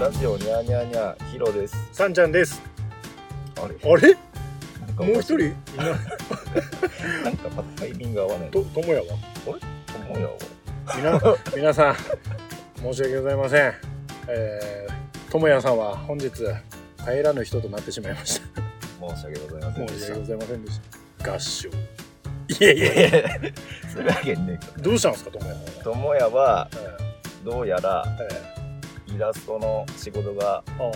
ラジオにゃーにゃーにゃーヒロですさんちゃんです。あれあれなんかもう一人いない。なんかまたタイミング合わないと、ともやは思うよ皆、皆さん、申し訳ございません。えー、ともやさんは本日、帰らぬ人となってしまいました。俺申し訳ございませんで申しし訳ございませんでした。合唱。いやいやいや、たするわけねえかどうしたんですか、ともやさんは。ともやはえどうやらーえイラストの仕事がーあ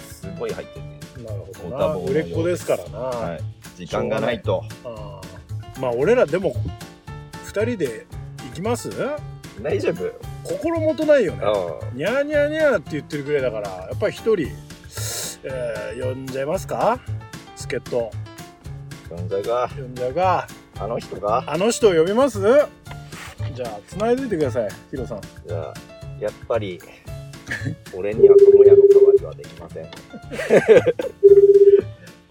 すごい入っててーなるほご多どな。忙のよう売れっ子ですからな。はい時間がないとあーまあ、俺らでも、二人で行きます大丈夫心もとないよね。うにゃーにゃーにゃーって言ってるぐらいだからやっぱり一人、えー呼んじゃいますか助っ人ん存在が呼んじゃうかあの人があの人を呼びますじゃあつないでいてくださいヒロさんじゃあやっぱ り俺にはともやの代わりはできま せん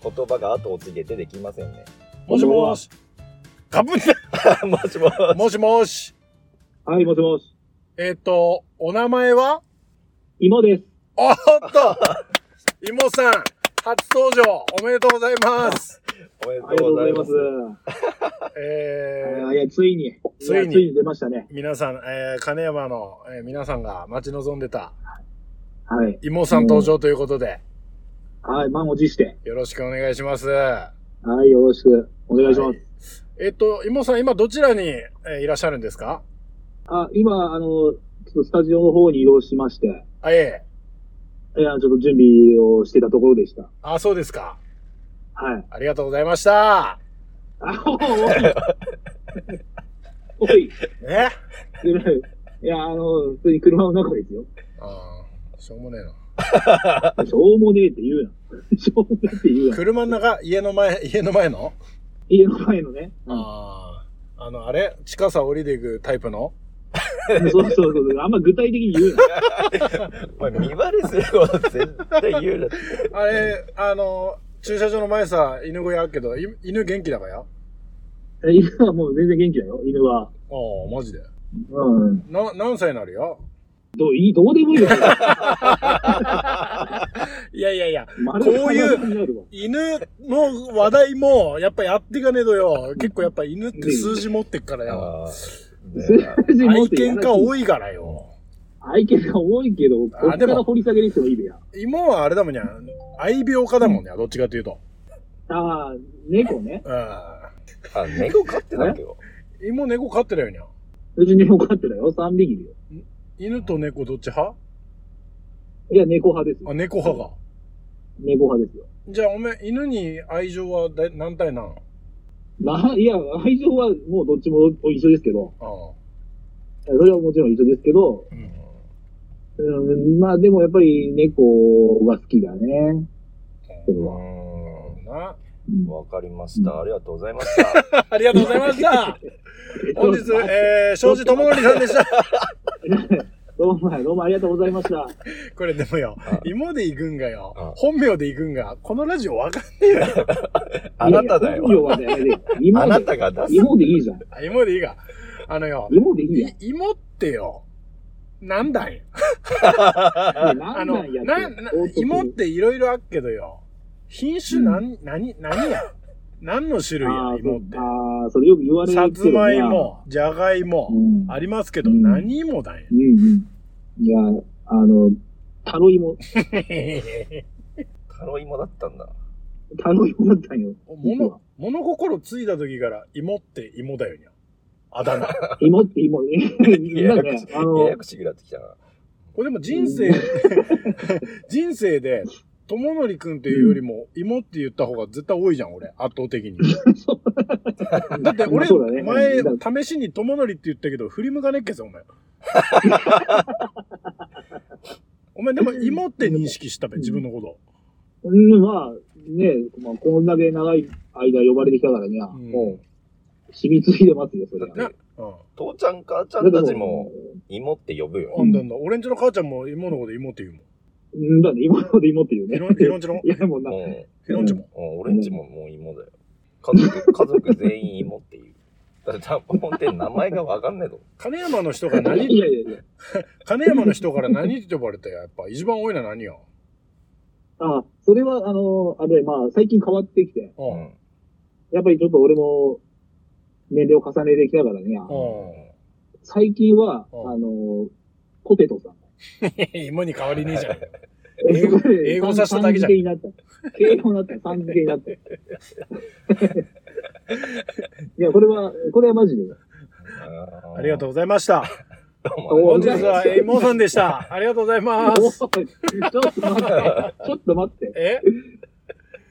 言葉が後を継げてできませんねもしもしかぶっ たもしもしもしもしはい、もしもし。えっ、とお名前は芋です。おっとイモさん初登場おめでとうございますおめでありがととううごござざいいまますす。えーいや、ついに、ついにやついに出ましたね。皆さん、えー金山の、えー皆さんが待ち望んでたはい。イモさん登場ということで、はい、満を持して。よろしくお願いします。はい、よろしくお願いします。えっと、妹さん、今どちらにえーいらっしゃるんですかあ、今、あの、ちょっとスタジオの方に移動しまして、あ、ええ。えーちょっと準備をしてたところでした。あ、そうですか。はい。ありがとうございました。あ、おい。お い。えいや、あの、普通に車の中ですよ。あーしょうもねえな。しょうもねえって言うな。 しょうもねえって言うな。車の中、家の前、家の前の、家の前のね。うんああ。あの、あれ近さ降りていくタイプのそうそうそう。あんま具体的に言うな。お前見バレすること絶対言うなってあれ、あの、駐車場の前さ、犬小屋あるけど、い犬元気だからよ。え犬はもう全然元気だよ、犬は。ああ、マジで。うん。な、何歳になるよどう、いい、どうでもいいよ。いやいやいや、丸こういう裸になるわ犬の話題も、やっぱやっていかねえとよ。結構やっぱ犬って数字持ってっからよ。あ数字持愛って犬家い。多いからよ。愛犬が多いけど、こあっでかもら掘り下げにしてもいいべや。芋はあれだもんにゃ、愛病家だもんにゃ、どっちかというと。ああ、猫ね。うん。あ猫飼ってたっけよ芋猫飼ってるよにゃ。うち猫飼ってたよ、3匹いるよ。犬と猫どっち派いや、猫派ですよあ、。猫派が。猫派ですよ。じゃあおめえ、犬に愛情はだい何対何な、いや、愛情はもうどっちも一緒ですけど、ああ。それはもちろん一緒ですけど、うん。うん、まあでもやっぱり猫が好きだね。それうは。ーな。うんんわかりましたありがとうございました ありがとうございました。 本日、えー、庄司智則さんで した。どうも、どうもありがとうございました。これでもよ、芋で行くんがあよ、本名で行くんが、このラジオわかんあなただよいやいや本名はやめてよ芋あでなたが 出す芋でいいじゃん。ない。芋でいいが。あのよ、芋でいいやん。い芋ってよ、なんだんよ。ねあなんの、なんやな、ってな唐突に芋っていろいろあっけどよ。品種なん、何、何や何の種類あやあ、芋ってあ。あ、それよく言われさるけつどなまい。も、じゃがいうも、ん。うんありますけど、うん何芋だんや。 うん。いや、あの、タロイ モ。タロイモだったんだタロイモだったんよ。実は物、物心ついた時から芋って芋だよにゃ。あだ名。芋って芋ね。やなんやこかしねい、あやのや、こしくなってきたなこれでも人生、 人生で、とものりくんっていうよりも、芋って言った方が絶対多いじゃん、俺。圧倒的に。だって俺、そうだねだか前、試しにとものりって言ったけど、振り向かねっけさ、お 前。お前、でも、芋って認識したべ、自分のこと。らうん、まあ、ね、まあ、こんだけ長い間呼ばれてきたからには、うんもう、染みついてますよ、それは。な、うん。父ちゃん母ちゃだんけたどちも、芋って呼ぶよあんだんだ。俺んちの母ちゃんも芋のこと芋って言うもん。うん、だって芋ので芋っていうねい。ろん、いろんちのいや、もううな、んいろんちも。うん俺んちももう芋だよ家族家族全員芋っていうったら、ちゃんぽんって名前がわかんねえぞ。金山の人がい何、やいやいや。金山の人から何って呼ばれたやっぱ一番多いのは何 よ。あ、それは、あの、あれ、まあ、最近変わってきて、う。うんん。やっぱりちょっと俺も、年齢を重ねてきたからね、う最近は、あうんの、ポテトさん。ん。芋に変わりねえじ ゃん。英英語 語英語させただけじゃんになった。敬語になった。三付けに なった。いや、これは、これはマジで。ありがとううございました。どうも。お本日はえもさんで した。ありがとうございおますい。ちょっと待って。ちょっと待って。え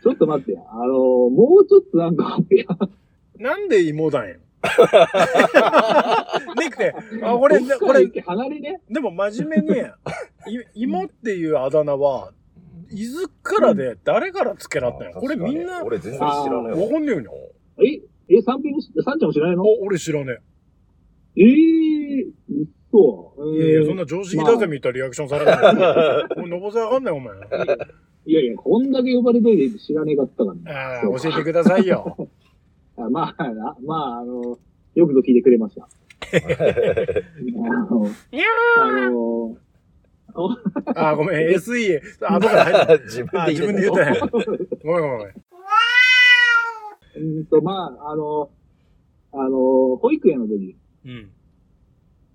ちょっと待って。あの、もうちょっとなんか、いや、なんで芋 だんやねくて、あ、これ、ここれれ、、離れね。でも真面 目に、い芋っていうあだ名は、いずからで誰からつけらったんや。これみんな、わか俺全然知らないわ。んねえよな。え、え、三平も、三ちゃんも知らないのお、俺知らねええそう。え。いやいや、そんな。な常識だぜみたいなリアクションされ たら、もうのぼせわかんない、お前。いやいや、こんだけ呼ばれといて知らねえかったからね。ああ、教えてくださいよ。あまあ、なまあ、あの、よくぞ聞いてくれました。あの、にゃあの、ああ、ごめん、SE、あ、僕から入った。自分あで自分で言ったんや。ごめんごめんごめん。うんと、まあ、あの、あの、保育園の時うん。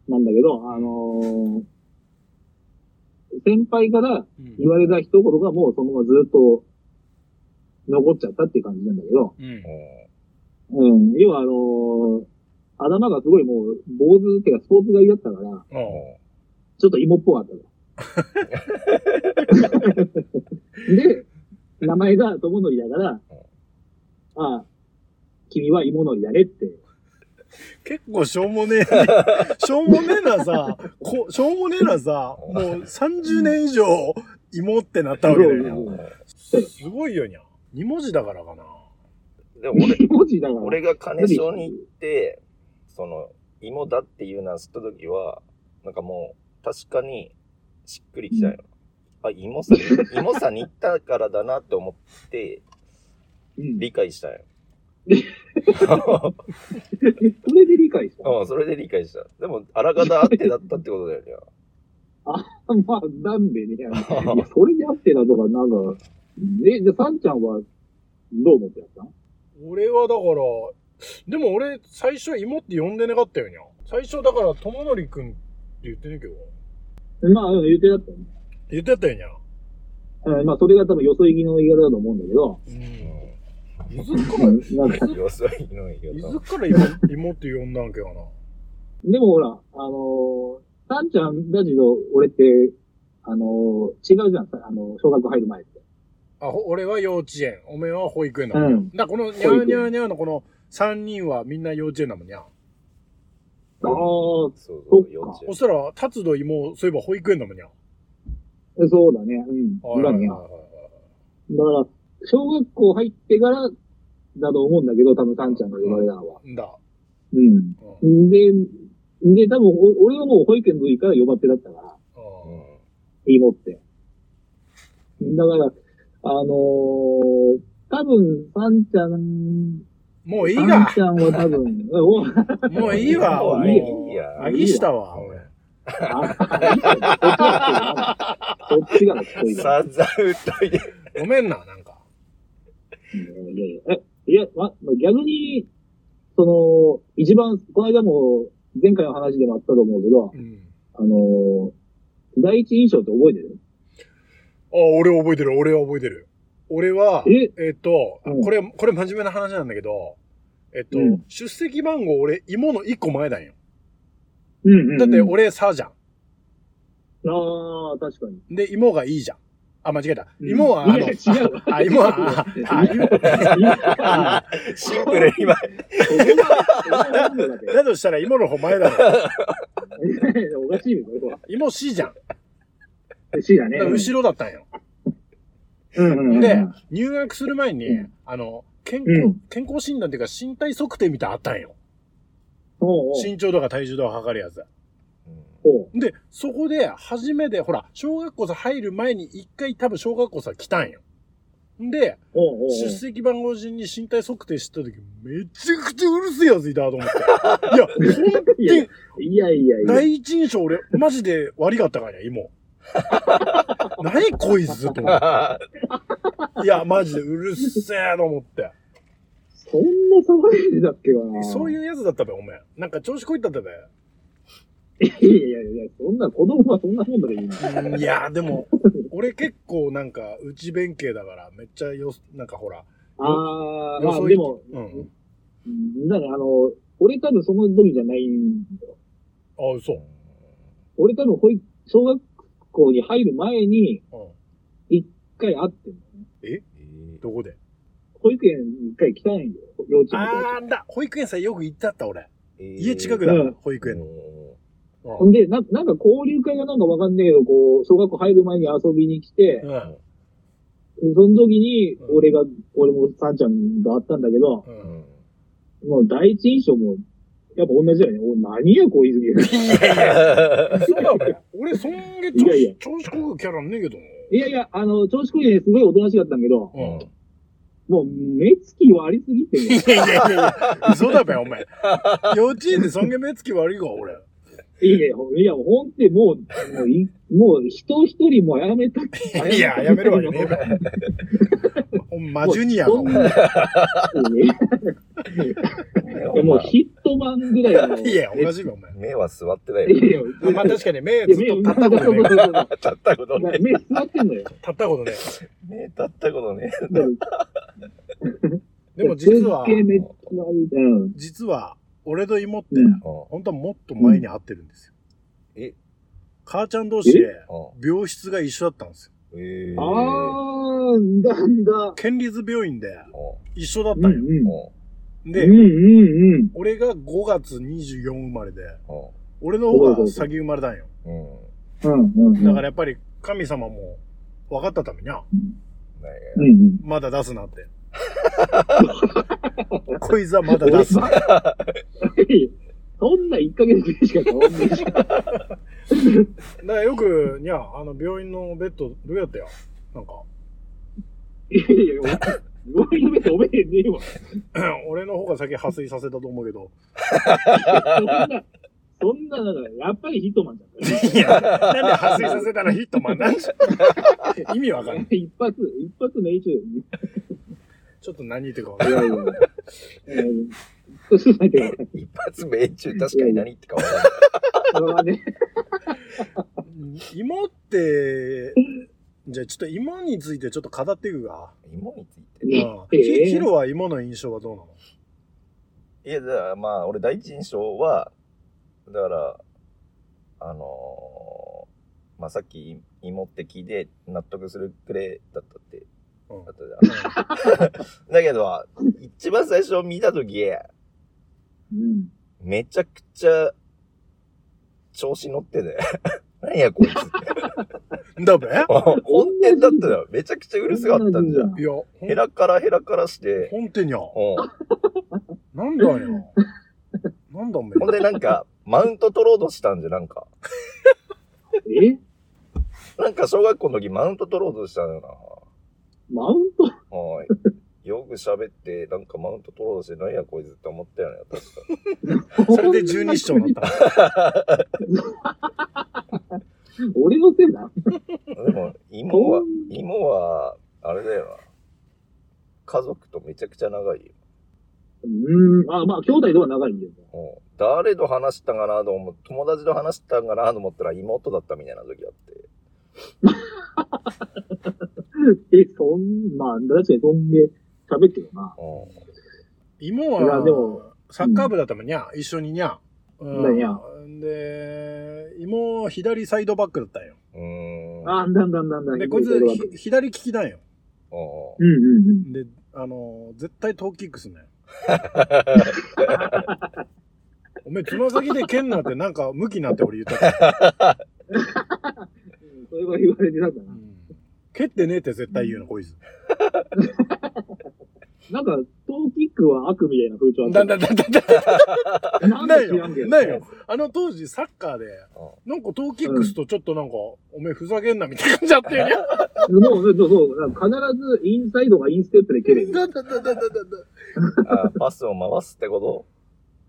なんだけど、あの、先輩かうらん言われた一言がもうそのままずっと残っちゃったっていう感じなんだけど、うん。うん、要はあの、頭がすごいもう坊主っていうかスポーツ狩りだったから、うんちょっと芋っぽかった ので、名前が友のりだから、ああ、君は芋のりだねって。結構しょうも ねえ、しょうもねえなさ、こしょうもねえなさ、もう30年以上芋ってなったわけだよ。すごいよにゃ。2文字だからかな。でも俺、文字だから。俺が金賞に行って、その、芋だっていうのは知った時は、なんかもう、確かに、しっくりきたよ。あ、芋さん、芋さんに行ったからだなって思って、うん理解したよ。 えそれで理解した。うん、それで理解した。でも、あらがたあってだったってことだよね。まあ、なんでね。いや、それであってだとか、なんか、え、じゃあ、さんちゃんは、どう思ってやったん俺はだから、でも俺、最初芋って呼んでなかったよにゃ。最初だから、とものりくんって言ってねえけど。まあ、うん言ってだったよね。言ってたよにゃ。うんまあ、それが多分、よそ行きの言い方だと思うんだけど、うん。いずっかうら、んなんか、よそいの言いうずっと。から芋芋って呼んだんけよな。でもほら、あのー、さんちゃんだけど、俺って、あのー、違うじゃん、あのー、小学校入る前って。あ、ほ俺は幼稚園、おめえは保育園だうもん。ん。だからこのニャ保ー育園ニャーニャーのこの3人はみんな幼稚園だもんにゃ。ああ、そそうそう、幼そっか稚そしたら、達度妹、そういえば保育園だもんにゃ。うだね。うん。だね。だかはいら、小学校入ってから、だと思うんだけど、多分、さんちゃんの言われたのは。はい。だ。うん。うん。うんで、で、多分お、俺はもう保育園の時から呼ばってだったから、園。芋って。だから、あのー、多分、さんちゃん、もういいさがんち。ゃんは多分、おあもういいわ。もういいよもういいやあぎしたわ。うん俺あこっちが、こっちが、こっちが、散々疎いで。ごめんな、なんか。いやいや、え、いや、ま、逆に、その、一番、この間も、前回の話でもあったと思うけど、うん。あのー、第一印象って覚えてるあ、俺は覚えてる、俺は覚えてる。俺は、ええっと、うんこれ、これ真面目な話なんだけど、えっとうん、出席番号俺、芋の1個前だんよ。うんだって、俺、さじゃん。ああ、確かに。で、芋がいいじゃん。あ、間違えた。芋は、あ いのや、違うわ。あ、芋は、あ、あ芋今、シンプルに今、だとしたら芋の方前だろ。おかしいよ、これは。芋 C じゃん。 C だねだから。後ろだったんよ。うんで、入学する前にうん、あの、健康、うん健康診断っていうか身体測定みたいなのあったんよ。おうおう身長とか体重とか測るやつ。おうで、そこで、初めて、ほら、小学校さ入る前に一回多分小学校さ来たんよ。んで、おうおうおう出席番号順に身体測定した時、めちゃくちゃうるせえやついたと思 って。いや、ほんいやいやいやいや。第一印象俺、マジで悪かったからね、芋。 何こいつと思っあて。いや、マジでうるせえと思って。そんな騒いでたっけかな。そうう。いうやつだったべ、おめえ。なんか調子こいたったべ。いやいやいや、そんな、子供はそんなもんだけどいいな。いや、でも、俺結構なんか、内弁慶だから、めっちゃよ、なんかほら、あー、よまあそいでも、うん。うんだからあの、俺多分その時じゃないんだよ。あ、そう。俺多分保育、小学校に入る前にうん。一回会ってんだよね。どこで保育園に一回来たんよ。幼稚園の時あーんだ、保育園さんよく行ったった、俺。家家近くだ。だかうらん、保育園の。ほんで、な、なんか交流会がなんかわかんねえけど、こう、小学校入る前に遊びに来てう、ん。その時にう、ん俺が、俺もさんちゃんがあったんだけど、う。うんんもう第一印象も、やっぱ同じだよね。お何や、こいつ。いやいや、 そうだべ。俺、そんげいやいや調子こくキャラねえけど。いやいや、あの、調子こいてね、すごいおとなしかったんだけど、うん。もう、目つき悪すぎてね。いやいやいや、嘘だべ、お前。幼稚園でそんげ目つき悪いわ、俺。いやいや、いや、ほんってもう、もうい、もう、人一人もうやめたくいや、やめるわけねえべ。ほんま、ジュニアか、そおん前。な、いやもうヒットマンぐらいの。いや、おかしいべ、お前。目は座ってないいやよ。いや、まあ確かに目ずっいやと立ったことねえから。立ったことね。目座ってんのよ。立ったことね目立ったことね。だからえ。でも実は、めっちゃ悪いうん。実は、俺と妹って、うんう本当はもっと前に会ってるんですよ。うんえ母ちゃん同士、ん病室が一緒だったんですよ。うんえーあー、なんだ。県立病院でう一緒だっうたんうんよ。ん。うんうで、んうん。俺が5月24生まれで、ん俺の方が先生まれたんよ。うんうんうんうん。だからやっぱり神様も分かったためにゃ、ないねうんうん。まだ出すな って。こいつはまだ出すな。そんな1ヶ月ぐらいしか変わんないし。だからよく、にゃ、あの病院のベッドどうやったよなんか、 いやいや、お前、ごめんごめん、おめでねえわ。俺の方が先破水させたと思うけど。そんな、そんな、だから、やっぱりヒットマンじゃん。いや、なんで破水させたらヒットマンなんじゃ。意味わかんない。一発、一発命中だちょっと何言ってるかわかんない。よね。いやいや。うんそうしないけど、一発命中、確かに何言ってか分かんない。これはね、芋って、じゃあちょっと芋についてちょっと語っていくが。芋について。うんねえひヒえロは芋の印象はどうなのいや、だからまあ、俺第一印象は、だから、あのーまあさっき芋って聞いて納得するくらいだったって、うんだったじゃん。だけど、一番最初見たとき、うん。めちゃくちゃ、調子乗ってて。何やこいつって。だべ本店だったよ。めちゃくちゃうるせかったんじゃん。いや、ほヘラからヘラからして、本手にゃ。うんなんだよ。なんだおめほんでなんか、マウント取ろうとしたんじゃん、なんか。えなんか小学校の時マウント取ろうとしたのよマウントな。 はい。よく喋って、なんかマウント取ろうとして、何やこいつって思ったよね、確か。それで十二章になった。俺のせいだ。で も、芋は、芋は、あれだよな。家族とめちゃくちゃ長いよ。うん。あ、まあ、兄弟では長いんだよ。うん誰と話したんかなと思う、友達と話したんかなと思ったら妹だったみたいな時あって。え、そん、まあ、確かにそんで喋ってるよな。う芋いやではも、サッカー部だったもんにゃ、一緒ににゃ。うにゃん。で、芋、左サイドバックだったんよ。ん。うーん。あ、だんだんだんだん。で、こいつ、ひ左利きなんよ。うんうんうんうん。で、あの、絶対トーキックスね。おめえ、つま先で蹴んなって、なんか、向きなって俺言ったから。うんそれは言われてたんだうな。ん蹴ってねえって絶対言うの、こいつ。なんか、当トーキックは悪みたいな風潮あっただよね。だだだだなんなかい知らよ。んけど。ないよ。あの当時サッカーで、うなんかトーキックスとちょっとなんか、おめえふざけんなみたいな感じあったよね。もう、そうそうなんか必ずインサイドがインステップで蹴れる。だだだだだだだ。あパスを回すってこと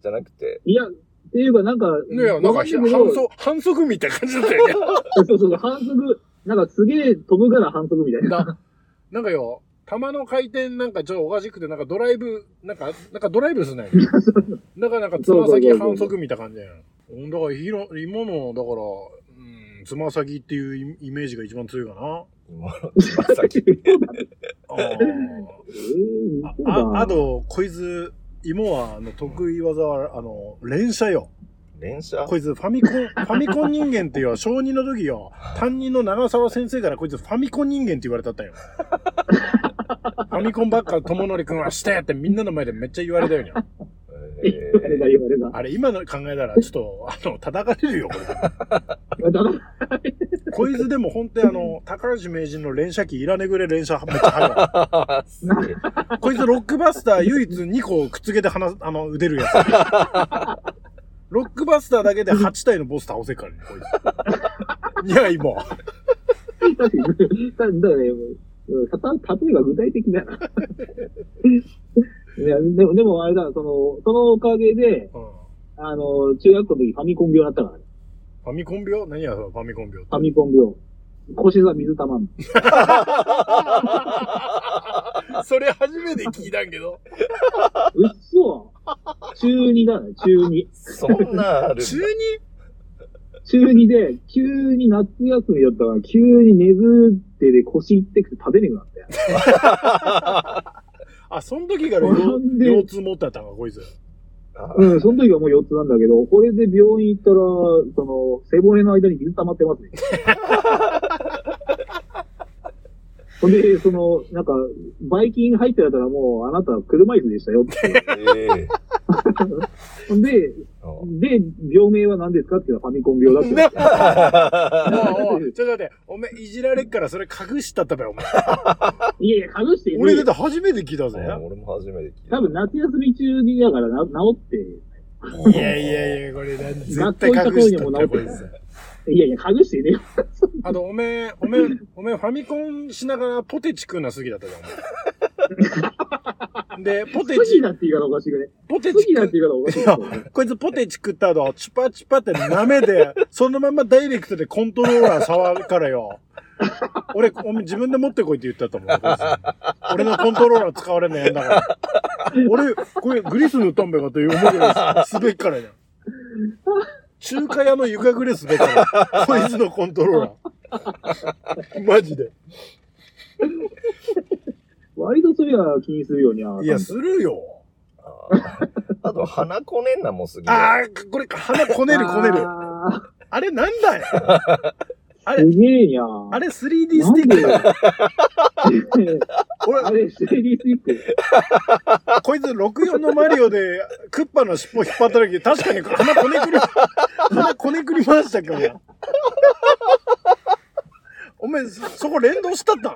じゃなくて、いや、っていうかなんか、ねえ、なんかひ反反則。則、反則みたいな感じだったよね。そうそう、反則。なんかすげえ飛ぶから反則みたいな。だなんかよ、球の回転なんかちょっとおかしくて、なんかドライブ、なんか、なんかドライブすない。だからなんかつま先反則みたいな感じやん。うんだからひろ、今の、だから、うん、つま先っていうイイメージが一番強いかな。今のつま先。 あーえーそうだあ、あと、こいつ、芋は、あの、得意技は、あの、連射よ。連射こいつ、ファミコン、ファミコン人間ってよ、小2の時よ、担任の長澤先生からこいつ、ファミコン人間って言われたったよ。ファミコンばっか友則くんはしてってみんなの前でめっちゃ言われたよにゃ。えあれだ、ー言われた。あれ、今の考えたら、ちょっと、あの、叩かれるよ、これ。だからこいつでも本当にあの、高橋名人の連射機いらねぐれ連射めっちゃ速いわ。すげえこいつロックバスター唯一2個くっつけて離す、あの、腕るやつ。ロックバスターだけで8体のボス倒せっからね、こいつ。いや、今。確かに、だからね、うんた例えが具体的だな。いやでも、でもあれだ、その、そのおかげで、うんあの、中学校の時ファミコン病だったからね。ファミコン病何や、そのファミコン病ってファミコン病。腰が水たまん。それ初めて聞いたんけど。うっそ中二だね、中二。 そんなんあるんだ 中二中二で、急に夏休みだったから、急に寝ずってで腰いってくて食べれなくなったよ。あ、その時からな腰んで腰痛持ってたんか、 こいつ。あうん、その時はもう腰痛なんだけど、これで病院行ったら、その、背骨の間に水溜まってますね。ほんで、その、なんか、バイキン入ってたらもう、あなたは車椅子でしたよって。ええほんで、うんで、病名は何ですかって言ったらファミコン病だって。おいおいちょっと待って、おめえいじられっからそれ隠したったべ、お前。いやいや、隠してねえよ俺だって初めて聞いたぜ。うん俺も初めて聞いた多。分夏休み中にだからな治って、いやいやいや、これな絶対隠したったべ、こいつ。いやいや、隠してねえよ。あと、おめえ、おめえ、おめえファミコンしながらポテチ食うな好きだったじゃん お前。で、ポテ好きチ、だって言い方おかしくね。ポテ好チきだ食って言い方おかしいですよね。こいつポテチ食った後、チュパチュパって舐めで、そのままダイレクトでコントローラー触るからよ。俺、お前自分で持ってこいって言ったと思う。こいつ俺のコントローラー使われないんだから。俺、これグリス塗ったんべかという思うぐらい滑っからじゃん。中華屋の床ぐらい滑っから。こいつのコントローラー。マジで。割とそれは気にするようには。いや、するよ。ああと、鼻こねんなもすぎる。あー、これ、鼻こねるこねる。ああれなんだよ。あーれす、げえにゃ。あれれ 3D スティックだよ。俺、あれ、セリースイック。こいつ64のマリオでクッパの尻尾引っ張った時、確かに鼻こねくり、鼻こねくり回したけどな。お前、そそこ連動したった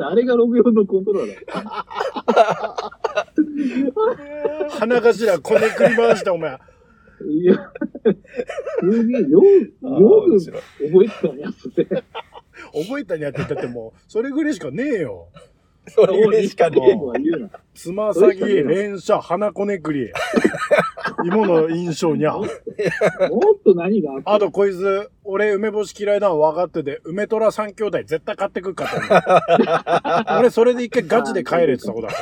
あれが64のコントローラーだ。ん鼻頭こねくり回した、お前。いや、すげえ、よあう、ーよく面覚白いえてたやつって。覚えたにやって言ったってもう、それぐらいしかねえよ。それぐらいしかねえとは言うな。つま先、連射、鼻こねくり。芋の印象にゃ。もっと何があったあとこいつ、俺梅干し嫌いなの分かってて、梅虎三兄弟絶対買ってくっかと思う俺それで一回ガチで帰れって言ったことあ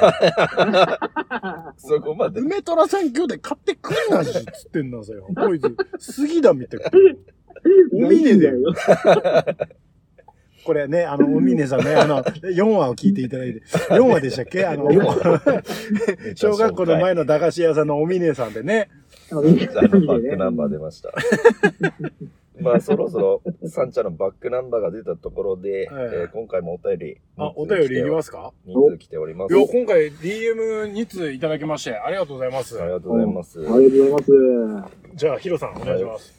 った。そこまで。梅虎さん兄弟買ってくんなしっつってんなさよ。こいつ、杉だみたいな。おみねだよ。よ。これね、あの、おみねさんね、あの、4話を聞いていただいて、4話でしたっけあの、 小学校の前の。の駄菓子屋さんのおみねさんでね。あのみじゃあバックナンバーね。出ました。 まあ、そろそろ、サンちゃんのバックナンバーが出たところで、はいえー今回もお便り、あ、お便りいりますか人数来ております。いあや、今回 DM2 通いただきまして、ありがとうございます。りがとうございます。ありがとうございます。じゃあ、ヒロさん、お願いします。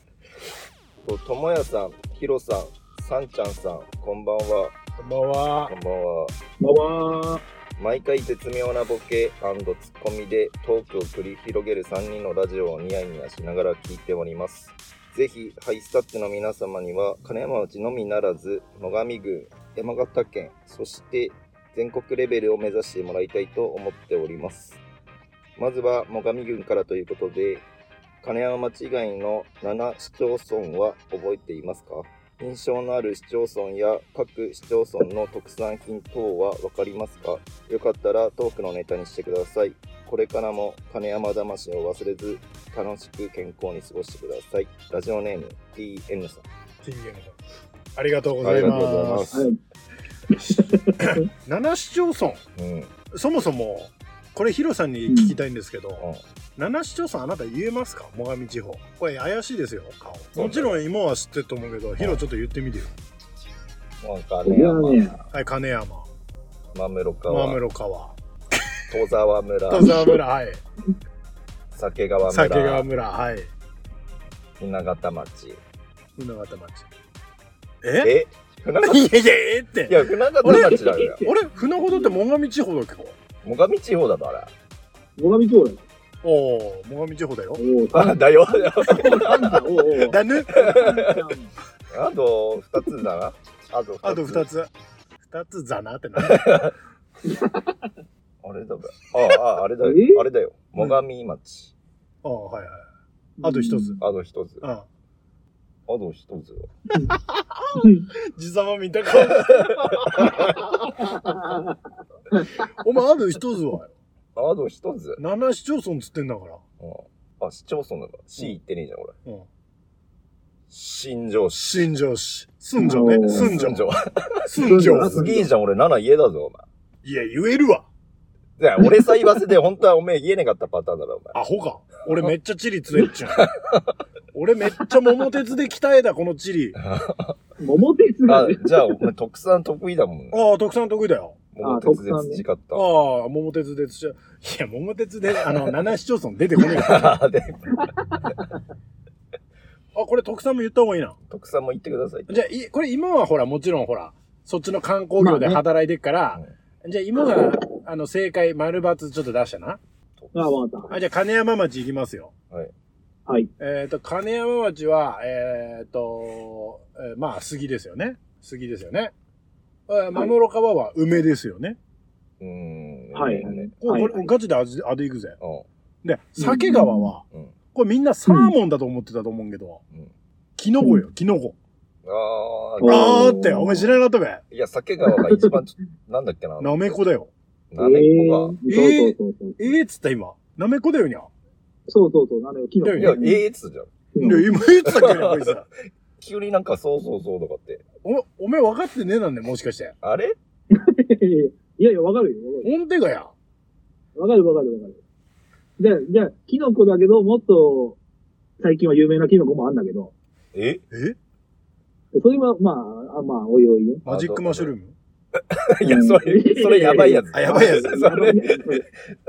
ともやさん、ひろさん、さんちゃんさん、こんばんは。こんばんはこ。んばんは。まあまあ、毎回絶妙なボケツッコミでトークを繰り広げる3人のラジオをニヤニヤしながら聞いております。ぜひ、ハイスタッツの皆様には、金山内のみならず、野上郡、山形県、そして全国レベルを目指してもらいたいと思っております。まずは、野上郡からということで、金山町以外の7市町村は覚えていますか印象のある市町村や各市町村の特産品等は分かりますかよかったらトークのネタにしてください。これからも金山魂を忘れず、楽しく健康に過ごしてください。ラジオネーム TN さん。 TN さん。ありがとうございありがとうございま。ますすはい。七市町村。うん。そもそも、これヒロさんに聞きたいんですけど、七市町村あなた言えますか最上地方。これ怪しいですよ、顔。もちろん芋は知ってると思うけど、ヒロちょっと言ってみてよ。なんかいやねね、はい、金山、ま目黒川、真室川、戸沢村、戸沢村、はい。酒川酒川村、村、はい。船形町。船形町。ええ船形 いやいや、えーっいて。や、船形町だよ。俺、船ほどって最上地方だっけど。最上地方だとあれ。最上町だよ。おお、最上地方だよ。おお、あ、 だよ。おお、おお。だね。あと2つだな。あと2つ。あと二つ。二つザナっ てな。あれだべ。ああ、ああれだよえ。あれだよ。最上町。ああ、はいはい。あと一つ。あと一つ。ああと一つよ。あ。地ざま見 たか。お前、ある一つはよ。あと一つ。七市町村つってんだから。うんあ、市町村だから。市行ってねえじゃん、俺。うん。新庄市。新庄市。寸城ね。寸新城。庄。寸あ城。すげえじゃん、俺7言えだぞ、お前。いや、言えるわ。じゃあ俺さ言わせて、本当はおめえ言えねえかったパターンだろ、お前。アホか。俺めっちゃチリつえ っちゃう。俺めっちゃ桃鉄で鍛えた、このチリ。あ 桃鉄があ、じゃあ、お前、特産得意だもんね。 あ、徳さん得意だよ。もう鉄で培った。ああ、桃鉄で土屋。いや、桃鉄で、あの、七市町村出てこねえ から。あで、あ、これ徳さんも言った方がいいな。特産も言ってください。じゃあ、いこれ今はほら、もちろんほら、そっちの観光業で働いてっから、まあねじゃあ今が、あの、正解、丸×ちょっと出したな。あ、わかっあ、じゃあ金山町行きますよ。た。はい。えっ、と、金山町は、えっ、と、えーまあ、杉ですよね。杉ですよね。えー、マムロ川は梅ですよね。うーん。はいうんうんこれ、こはれいガチで味で、あでいくぜ。で、酒川は、うん。これみんなサーモンだと思ってたと思うけど、うんキノコよ、キノコ。あおあ、あーって、お前知らなかったべ。いや、酒川が一番ちょ、なんだっけな。なめこだよ。なめこえーそうそうそうええっつった今。なめこだよにゃ。そう。そうそうそう。なのよ、キノコが。えいーやう、んええつじゃん。いや、今言ってたっけな、こいつら。急になんか、そうそうそうとかって。お、お前分かってねえなんね、もしかして。あれいやいや、わかるよ。わかる音程がや。わかるわかるわかる。じゃあ、じゃあ、キノコだけど、もっと、最近は有名なキノコもあるんだけど、ええそれは、まあ、あまあ、おいおいね。マジックマッシュルーム いや、それ、それやばいやつ。あやばいやつ それ、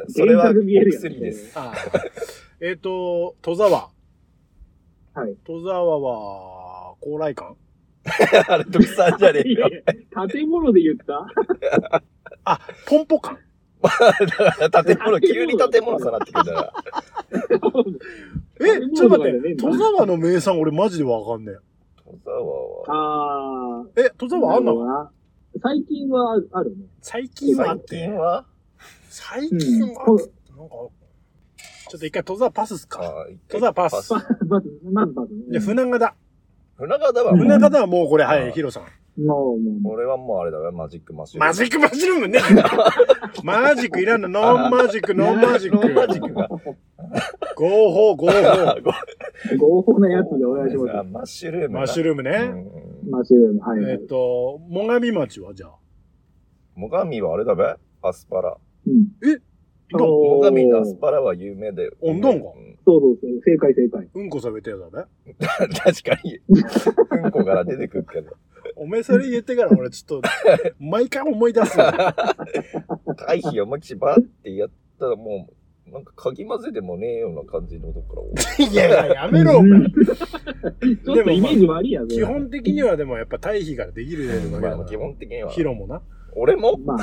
それは、原作見えるやん薬です。ああ。えっと、戸沢。はい。戸沢は、高麗館あれ、特産じゃねえいやよ。いや建物で言ったあ、ポンポ館。だから建物、急に建物さなってくるから。え、建ちょっと物と待かじゃねえって。んだ戸沢の名産俺マジでわかんね戸沢は、あー。え。え、戸沢あんのな最近はあるね。最近は最あって近。は最うん近は、なこんか、ちょっと一回戸沢パスっすか。あ一回戸沢パス。パスまず、まず、まずで、ね。船形。船形はも船う、形はもうこれ、はうい、んヒロさん。もう、も俺はもうあれだわ、マジックマシュルームマジックマジルームね。マジックいらんの。ノンマジック、ノンマジック。マジックが。合法、合法。あごう、合法なやつでお願いしまあす。マッシュルームだ。マッシュルームね。うんマシュルーム、はい。えっと、最上町はじゃあ。最上はあれだべアスパラ。うん。どおー最上のアスパラは有名だよ。おんどんがうそうそうそう、正解正解。うんこさべてやだね。 確かに。うんこから出てくるけど。おめえそれ言ってから俺ち ょっと、毎回思い出すわ。回避を思いっきりバーってやったらもう、なんか、かぎ混ぜでもねえような感じのとこからいやいや、やめろ、お 前。ちょっとイメージ悪いやん、基本的にはでもやっぱ対比からできるねとかまあ、基本的には。ヒロもな。俺もまあ、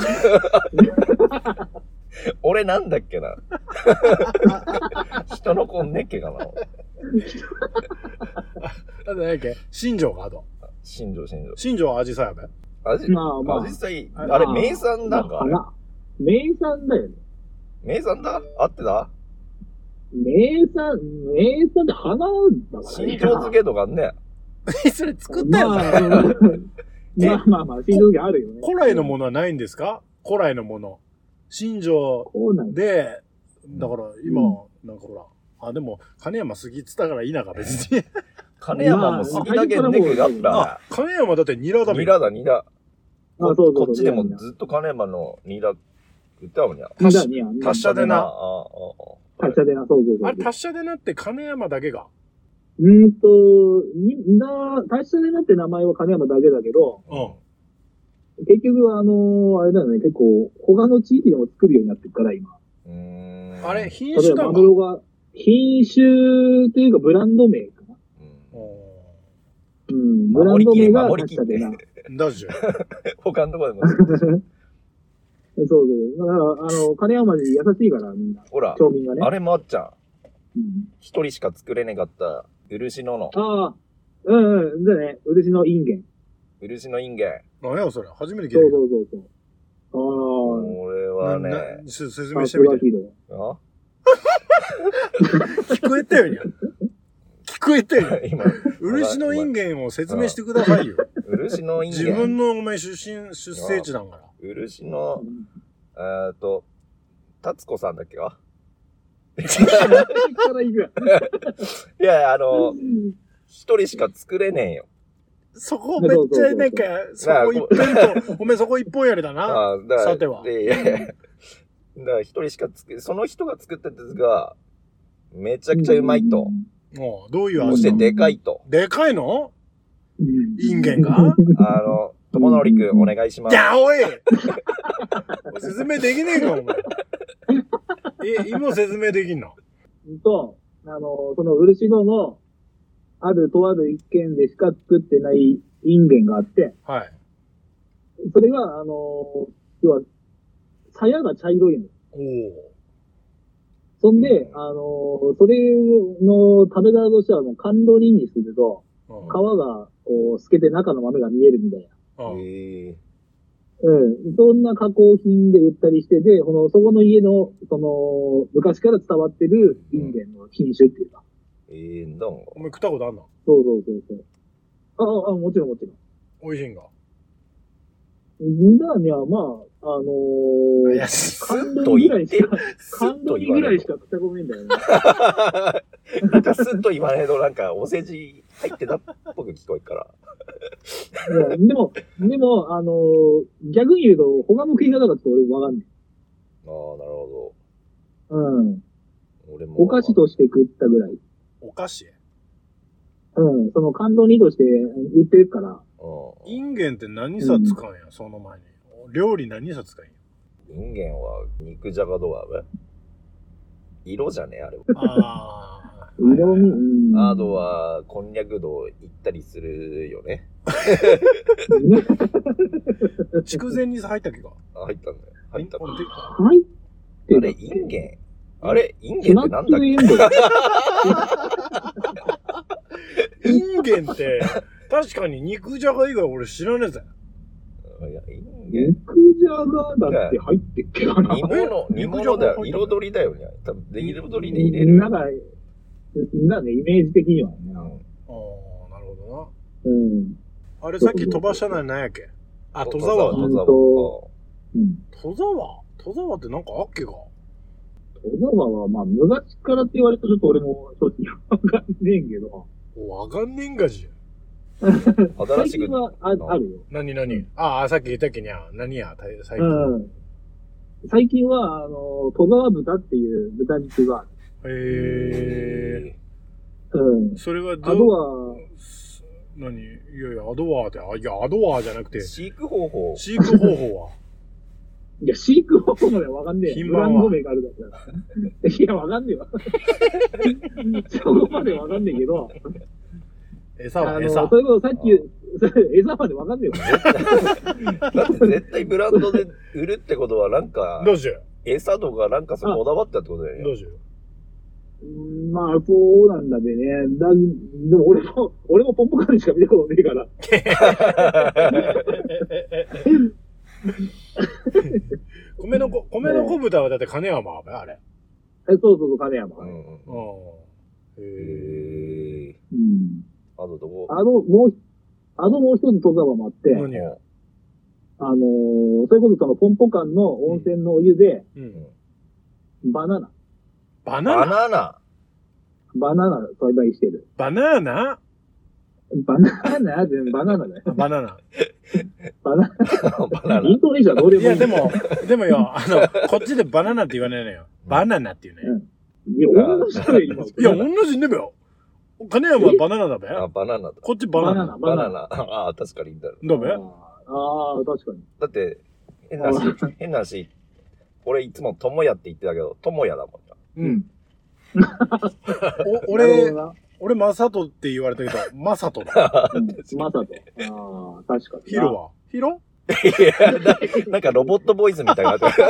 俺なんだっけな。人の子ねっけかな。あと何やっけ新庄があと。新庄、新庄。新庄はアジサヤべ。あじ、まあまああじさい、ああれ、まあ名産なんか、あれ花。名産だよね。名産だ合ってた名産、名産って花だからね。新庄漬けとかね。それ作ったまあ、よ、まなあ まあまあ、新庄漬けあるよね。古来のものはないんですか古来のもの。新庄こうなんで、だから今、なんかほら、あ、でも、金山過ぎってたからいいなか別 に。金山も好きだけんねっけがあったあら。、金山だってニラだべニ。ラだ、ニラ。こあそうそうそうこっちでもずっと金山のニラ歌うにゃ。じゃあね、達者であな。あ、ああ。達者でな、そうそうそう。あれ、達者でなって金山だけが。うーんと、にな、達者でなって名前は金山だけだけど、うん。結局、あのーあれだよね、結構、他の地域でも作るようになってるから、今。うーん。あれ、品例種えば、だマがグロが、品種というか、ブランド名かな。うんううん、ブラ守りンドき名れ、が守り達き者っでてな。。ん。だっじゅ。他のとこ でも、そうそう。だから、あの、金山に優しいから、みんな。ほら、町民がね。あれもあっちゃん。うん一人しか作れなかった、漆野の、ああ、うんうん。でね、漆のインゲン。漆野インゲン。何やそれ初めて聞いたそけうど。そうそうそう。俺はなね、なす説ああ、明さしてすみがて。ヒーロあ聞こえたよにゃ。聞こえたよにゃ。 今、漆のインゲンを説明してくださ いよ。漆野イン自ゲン。分のお前出身、出生地なんから。漆ー野、 えっと、達子さんだっけか ここから行く。いやいや、あの、一人しか作れねえよ。そこめっちゃなんか、そこ一辺 と、お前そこ一本やりだな。ああ、だからさてはいやいやいやだから一人しか作れ、その人が作ったやつが、めちゃくちゃうまいと。もう、どういうそし味てなのでかいと。でかいのうん。インゲンがあの、友則くんお願いしまいす。や、 おい説明できねえか、お前。え、今説明できんのと、あの、その漆野の、あるとある一軒でしか作ってないインゲンがあって、はい。それが、あの、要は、鞘が茶色いの。おお。そんで、あの、それの食べ方としては、もう甘露煮にすると、うん皮がこう透けて中の豆が見えるみたいな。うんへえうん。そんな加工品で売ったりしてて、この、そこの家の、その、昔から伝わってるインゲンの品種っていうか。ええなんかお前食ったことあんのそうそうそうそう。ああ、あもちろんもちろん。美味しいんが。んだには、まあ、あのー、しスッ甘と露煮ぐ言らっいてしか、、ス甘ッと露言煮ぐわられいるし。か食ったことないんだよね。 なんかスッと言われると、なんかお世辞入ってたっぽく聞こえるから。いやでも、でも、あのー、逆に言うと、他の食い方がちょっと俺わかんない。ああ、なるほうん。ど。俺も。お菓子。として食ったぐらい。お菓子うん。その甘露煮として売ってるから。うん。インゲンって何さ使うんや、その前に。料理何さ使うんや。人間は肉じゃがとかだべ色じゃねえあれは。ああ。色味、うん。あと は、こんにゃく道行ったりするよね。ね筑前に入ったっけか。あ、入ったんだよ。入ったんだよ。入ってあるれ、インゲンあれ、インゲスンっナてなッんクだっのけインゲン。インゲンって、確かに肉じゃが以外俺知らねえぜ。いや、インゲン。肉じゃがだって入ってっけかな煮。物、煮物だよ。肉じゃが入ってんだ彩りだよね。多分、彩りで入れる。なんか、なんかね、イメージ的にはね。うんああ、なるほどうん。な。あれさっき飛ばしたのは何やっけあ、戸沢戸だ。戸沢。ううん。戸沢戸沢ってなんかあっけか小沢は、まあ、昔からって言われるとちょっと俺も正直わかんねえけど、わかんねえんかじ。うん新最しく近、はああるよ。何何ああ、さっき言ったっけにゃ。何や、たい最近。うん。最近は、あの、戸川豚っていう豚肉があへえ。る。うん。それはあとどう、は、す何いやいや、アドワーって、あ、いや、アドワーじゃなくて、 飼育方法。飼育方法は。いや、飼育方法までわかんねえよ。品ブ番はランド名があるだから。 いや、わかんねえわ。そこまでわかんねえけど、餌あはの、餌。それこそさっき 言う、餌までわかんねえわ。だって絶対ブランドで売るってことはなんかど、うしよ餌とかなんかそここだわったってことだうよどうね。 しよううんまあ、そうなんだべね。だでも俺も、俺もポンポカンしか見たことねえから。米のこ、米の小豚はだって金山はあれ。えそうそうそう、金山。ううんん。ううん。ん。へえ。へえ。あとどこあの、もう、あのもう一つ登山もあって、何うんがあのーそれこそそのポンポカンの温泉のお湯で、うん。バナナ、バナバナナナバナナ栽培してる。バナナバナナ全部バナナだよ。バナナ。バナバナナ。ナイントネーションはどうでいもいい。 や、でも、でもよ、あの、こっちでバナナって言わないのよ。バナナって言うね。いや、同じだよ、今。いや、同じねべよ。金山はバナナだべ。あ、バナナだ。こっちバナナ。ナババナナナナ。ああ、確かにいいんだろう。だべああ、確かに。だって、変な 話、変な話、俺いつも友也って言ってたけど、友也だもんな。うん。おなるほ俺ど、な、俺、マサトって言われ たけど、マサトだ。うんまさと。ああ、確かに。ヒロはヒロ いやななんかロボットボイスみたいになってる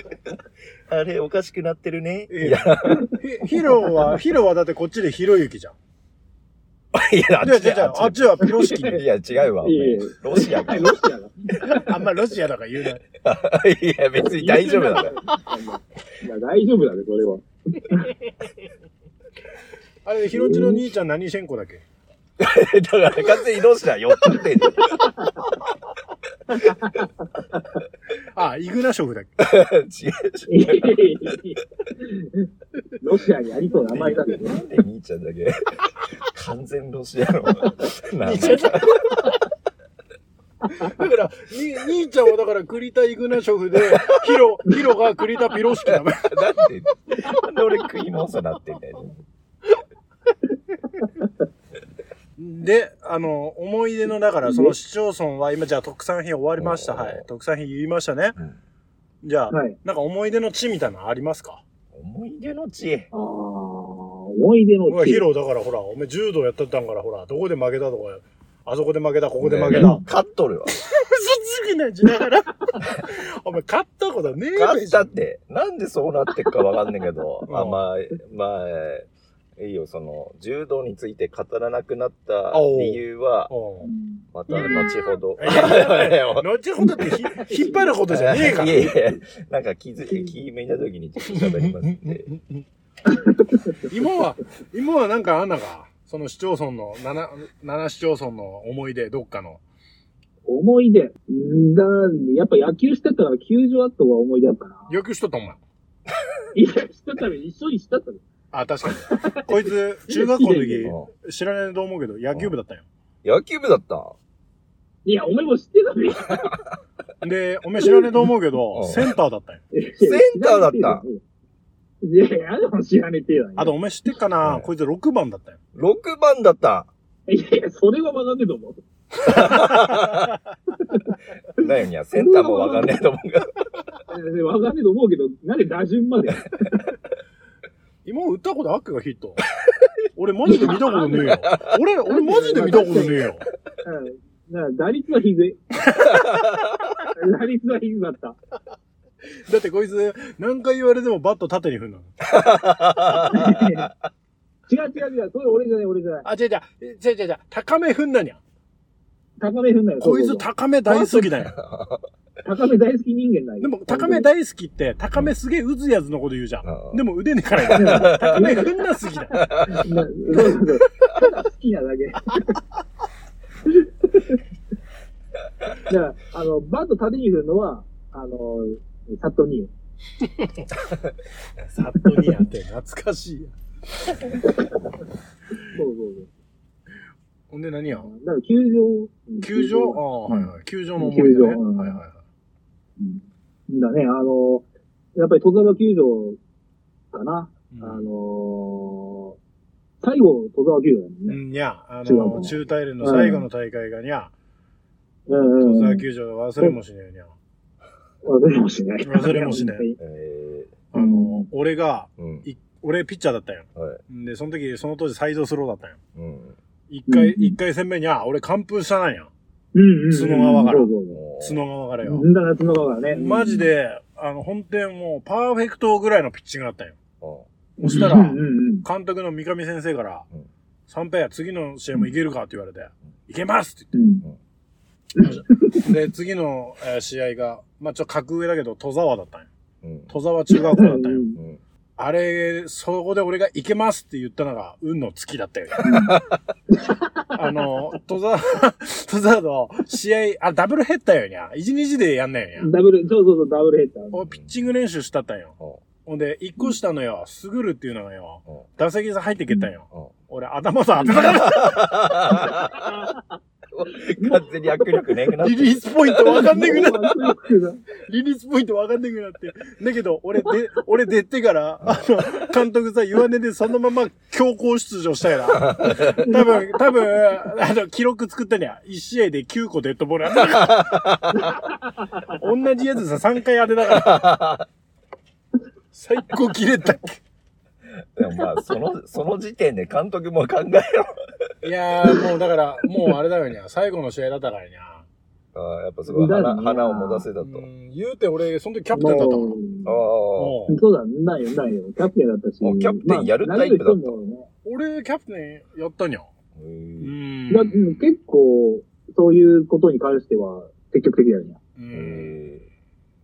あれ、おかしくなってるね。いええや、ひヒロは、ヒロはだってこっちでヒロユキじゃん。いや、あじゃっあ、ちじゃあじゃあ、あっちはピロシキね。いや、違うわ。おいやい前やロシアか。 はいいロシアだ。あんまロシアだから言うな。や、別に大丈夫だね。いや、大丈夫だね、それは。 あれ、ヒロチの兄ちゃん何シェンコだっけ だから、完全にロシア寄っちゃってんじゃあ、イグナショフだっけん。違う違ロシアにあり そうな名前だけどう。ね。なんで兄ちゃんだけ。完全ロシアの。なんだだから、に兄ちゃんはだから栗田イグナショフで、ヒロ、ヒロが栗田ピロシキだめ。なんで、なんで俺食い物さなってんだよ。で、あの、思い出の、だから、その市町村は今、じゃあ特産品終わりました。はい。特産品言いましたね。うんじゃあ、はい。なんか思い出の地みたいなのありますか思い出の地。ああ、思い出ほのら地ヒロだからほら、お前柔道やっとったんからほら、どこで負けたとか、あそこで負けた、ここで負けた。ね勝っとるわ。嘘つくな、じながら。 お前、勝ったことねえべ、勝ったって、なんでそうなってっかわかんねえけどうんあまあ、まあ、いいよ、その、柔道について語らなくなったおう理由は、おうまた後ほど。いやいや いや後ほどってひ引っ張ることじゃねえから。いやいや、なんか気づい、気めいた時にちょっと喋りますんで。今は、今はなんかあんなか、その市町村の、七、七市町村の思い出、どっかの。思い出。んーだ、やっぱ野球してたら球場あった方が思い出だったな。要求しとったお前。いや、してたら一緒にしたったら。あ、確かに。こいつ、中学校 の時、うん知らないと思うけど、野球部だったんよ。野球部だったんいや、お前も知ってたべ。で、お前知らないと思うけう、どんセンターだったんよ。センターだったいや、いやでも知らねえてだね。あと、お前知ってっかな、うんこいつ6番だったんよ。 ?6 番だったいやいや、それはわかんねえと思う。んだよにゃ、センターもわかんねえと思うけど。いやわかんねえと思うけど、なんで打順まで。今打ったことあっけか、ヒッ ト。俺マジで見たことねえよ。俺、俺マジで見たことねえよ。うん。だから打率はひどい。打率はひどかった。だってこいつ、何回言われてもバット縦に振るの。違う違う違う。それ俺じゃない、俺じゃない。あ、違う違う、違う違う違う、高め振んなにゃ。高め踏んだよ。こいつそうそう高め大好きだよ。高め大好き人間だよ。でも高め大好きって、高めすげえ打つやつのこと言うじゃ。うんんでも腕ねえから よ高め振んなすぎだ。好き。なそうそうそう。ただ好きなだけ。だから、あの、バット縦に振るのは、あの、サットニー。サットニアって懐かしいや。そうそうほんで何やそう。だから、球場。球場ああ、はいはい。球場の思い球出場ね。うんはいはいはい。うんだね、あの、やっぱり戸沢球場かな。うんあのー、最後、戸沢球場だもんうね。ん、にゃ、あ違うの、の中大連の最後の大会がにゃ、うんうん戸う沢ん。球場が忘れもしねえにゃ。忘れもしない。忘れもしないえあの、俺が、ー、うん。い俺ピッチャーだったんよ。はい。で、その時、その当時サイドスローだったんよ。うん。一回、うん一回戦目に、あ、俺完封したなんや。うんうん。角川からそうそうそもう角川からよう。んだな、角川からね。マジで、あの、本店もうパーフェクトぐらいのピッチングだったんよ。うん。そしたらうんうんうん。監督の三上先生からうん、三平、次の試合もいけるかって言われて、いけますってうん言って。で、次のえー試合が、まあちょっと格上だけど、戸沢だったんよ。うん。戸沢中学校だったんよ。うん。うん。あれ、そこで俺がいけますって言ったのが、運の月だった よね。あの、戸 沢、戸沢の試合、あ、ダブルヘッダーよにゃ。1日でやんないよにゃ。ダブル、そうそうそう、ダブルヘッダー。俺、ピッチング練習したったんよ。おほんで、1個下のよ、すぐるっていうのがよ、お打席さ入ってけたんよ。お俺、頭さ、当てなかっ完全に握力ねえくなった。てリるリースポイントわかんねえくなった。な。リリースポイントわかんなくなって。だけど、俺で、俺出てから、あの、監督さ、弱音でそのまま強行出場したから。多分、多分、あの、記録作ったには、1試合で9個デッドボールあったから。同じやつさ、3回当てたから。最高切れたっでもまあ、その、その時点で監督も考えろ。け。いやー、もうだから、もうあれだよにゃ。最後の試合だったからにゃ。ああ、やっぱすごいだ花、よね花を持たせたと。うん、言うて俺、その時キャプテンだったもん。もあもううそうだ、ないよ、ないよ。キャプテンだったし。もうキャプテンやるタイプだったまあなる人も俺、キャプテンやったにゃ。あ。う。うんんねだって結構、そういうことに関しては、積極的だよね。うえんー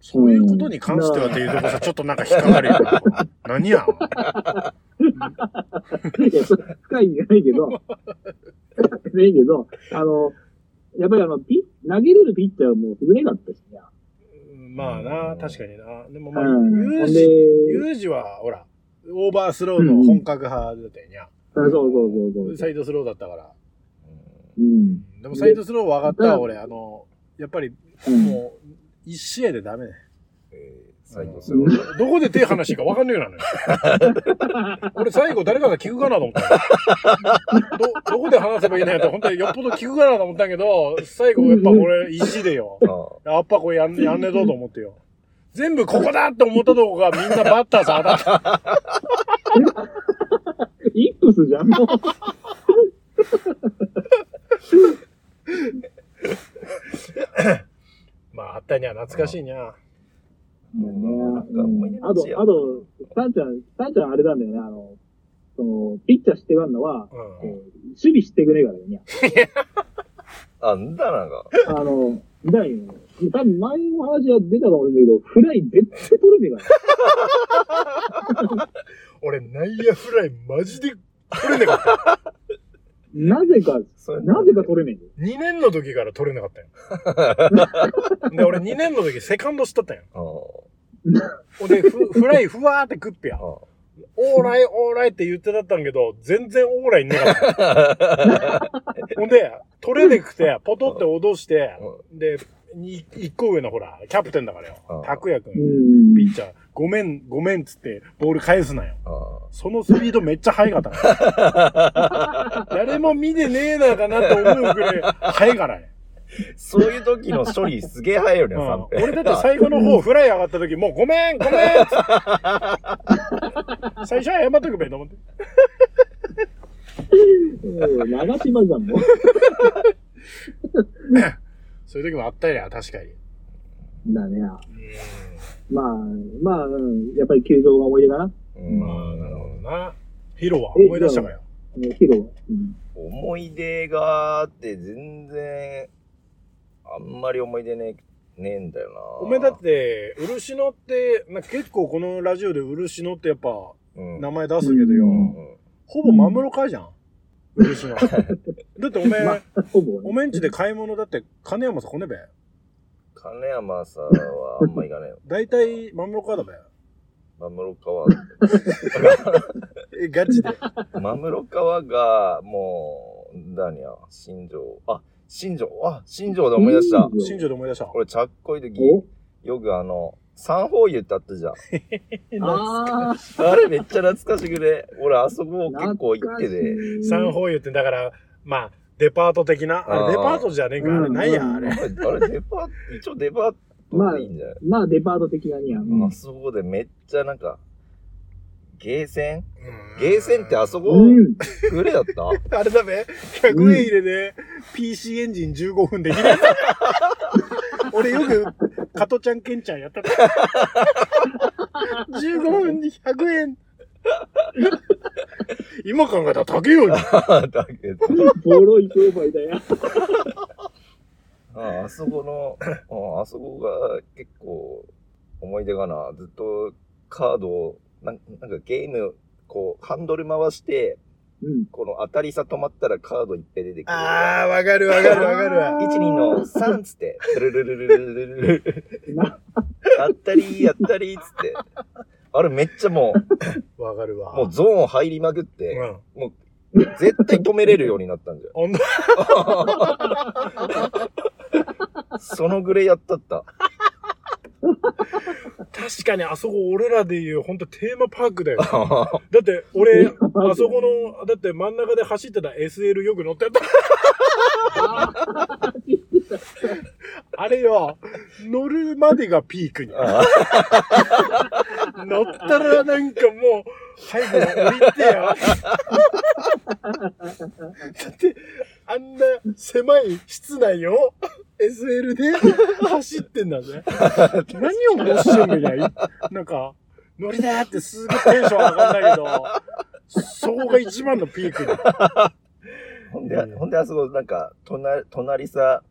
そういうことに関してはっていうとこさ、ちょっとなんか引っかかるよな。何やいや、それ深い意味ないけど、 ないけど、あの、やっぱりあの、ピ投げれるピッチャーも優れなかったしね。 まあな、確かにな。でもまあ、うん。ユほーんで、ジ、ユージは、ほら、オーバースローの本格派だったよにゃ。そうそうそうそサう。イドスローだったから。うん。でもサイドスロー分かったわ、で俺。あの、やっぱり、うん。もう、一試合でダメね。えー、最後すうごんい。どこで手離していいか分かんねえようになの よ。俺最後誰かが聞くかなと思ったのど、どこで話せばいいのやと、本当によっぽど聞くかなと思ったんやけど、最後やっぱ俺意地でよ。ああやっぱこれやんやんねえぞと思ってよ。 全部ここだって思ったとこがみんなバッターさ、当たった。 イップスじゃん、もう。まあ、あったにゃ、懐かしいにうゃ。んあと、あと、サンちゃん、サンちゃんあれなんだよね、あの、その、ピッチャーしてくんのは、う。こうん守備してくれからね。あんだなんか。あの、だよね。多分前の話は出たかもしれないけど、フライ絶対取れねえから。俺、内野フライマジで取れなかった。 なぜか、それなぜか取れねえ2年の時から取れなかったよ。で、 俺2年の時セカンドしたったよ。あほんで、フフライふわーって食ってやあ。。あオーライ、オーライって言ってたったんけど、全然オーライいなかった。あ。 ほんで、取れなくて、ポトって脅して、で、に一個上のほら、キャプテンだからうんよ。拓也く、うんん。ピッチャー、ごめん、ごめんっつって、ボール返すなよ。あそのスピードめっちゃ速かったから。 誰も見てねえなかなって思うぐらい速いからね。そういう時の処理すげえ早 いよね、う三ん、平。俺だって最後の方、フライ上がった時、もうごめん、ごめんっ つって最初は謝っとくべと思って。うん長島さんも。そういう時もあったりゃ、確かに。だね。まあ、まあ、うんやっぱり球場が思い出かな。うんまあ、なるほどな。ヒロは思い出したかよ。うんヒロ。うん思い出があって全然あんまり思い出ねねえんだよなおめだって、漆野って、なんか結構このラジオで漆野ってやっぱうん名前出すけどよ、うんほぼマムロ会じゃん。漆 野。だっておめえ、まあ、ほぼね。おめんちで買い物だって金山さん来ねべ。金山さんはあんま行かねえよ大体マムロ会だべ。マムロ川え、ガチで。マムロ川がもう何や新庄あ新庄あ新庄で思い出したうん新庄で思い出 した。俺ちゃっこいい時およくあの三宝湯ってあったじゃんああ、あれめっちゃ懐かしくね俺あそこ結構行ってて、サン本。ホイユってだから、まあ、デパート的な。ああーれデパートじゃねえか。あれうんなんや、うんあれ。あれデパート一応デパーとでいいんじゃない、まあ、デパート的なには。まあうんそこでめっちゃなんか、ゲーセンうんゲーセンってあそこうん。グレだったあれだ べ ?100 円入れで、PC エンジン15分で開いた。 俺よく、加トちゃん、ケンちゃんやった から。15分に100円。 今考えたら高いよね。だけど。ボロい商売だよ。ああそこの、 うんあそこが結構思い出かな。ずっとカードを、なんなんかゲーム、こう、ハンドル回して、うん。この当たりさ止まったらカードいっぺい出てくる。あー、わかるわかるわかるわ。 1、2の3つって、ルルルルルルルルル、なあったり、やったり、つって。あれめっちゃもわかるう、わ。もうゾーン入りまくっうて、ん。絶対止めれるようになったんじゃん。ほんとそのぐらいやったった。確かにあそこ俺らで言う、ほんとテーマパーク だよ。だって俺、あそこの、だって真ん中で走ってた SL よく乗って た。あれよ、乗るまでがピークに。あ乗ったらなんかもう、早く降りてよ。だって、あんな狭い室内を SL で走ってんだぜ。何を面白いんだよ。なんか、乗りだーってすぐテンション上がんだけど、そこが一番のピークだ。ほんで、ほんであそこなんか、隣、隣さ、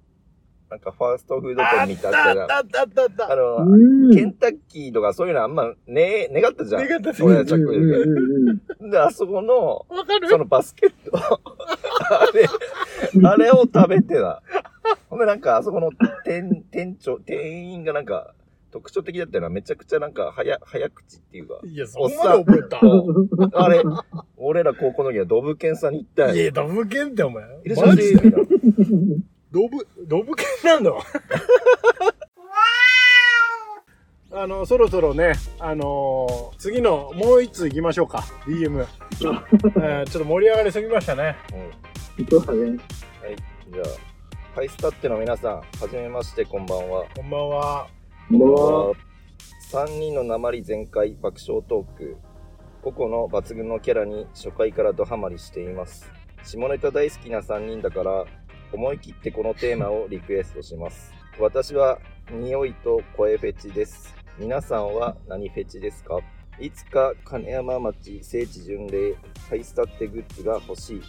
なんかファーストフード店みたいなのあったじゃん。あったあったあったあの、うん。ケンタッキーとかそういうのあんまね、願ったじゃん。願ったじゃそんういうやつはこううんいううんうんで、あそこの、わかるそのバスケット。あれ、あれを食べてた。ほんでなんか、あそこの店、店長、店員がなんか、特徴的だったのはめちゃくちゃなんか、早、早口っていうか。いや、そこまで覚えた。あれ、俺ら高校の時はドブケンさんに行ったいよ。や、ドブ犬ってお前。いらっしゃいませみたいなドブ、ドブ犬なんだわ。あの、そろそろね、あのー次のもう一通行きましょうか。DM。えーちょっと盛り上がりすぎましたね。うんそうだね。はい、じゃあ、ハイスタッテの皆さん、はじめまして、こんばんは。こんばんは。もう、 3人の鉛全開爆笑トーク。個々の抜群のキャラに初回からドハマりしています。下ネタ大好きな3人だから、思い切ってこのテーマをリクエストします。私は、匂いと声フェチです。皆さんは何フェチですかいつか金山町聖地巡礼、ハイスタッテグッズが欲しい。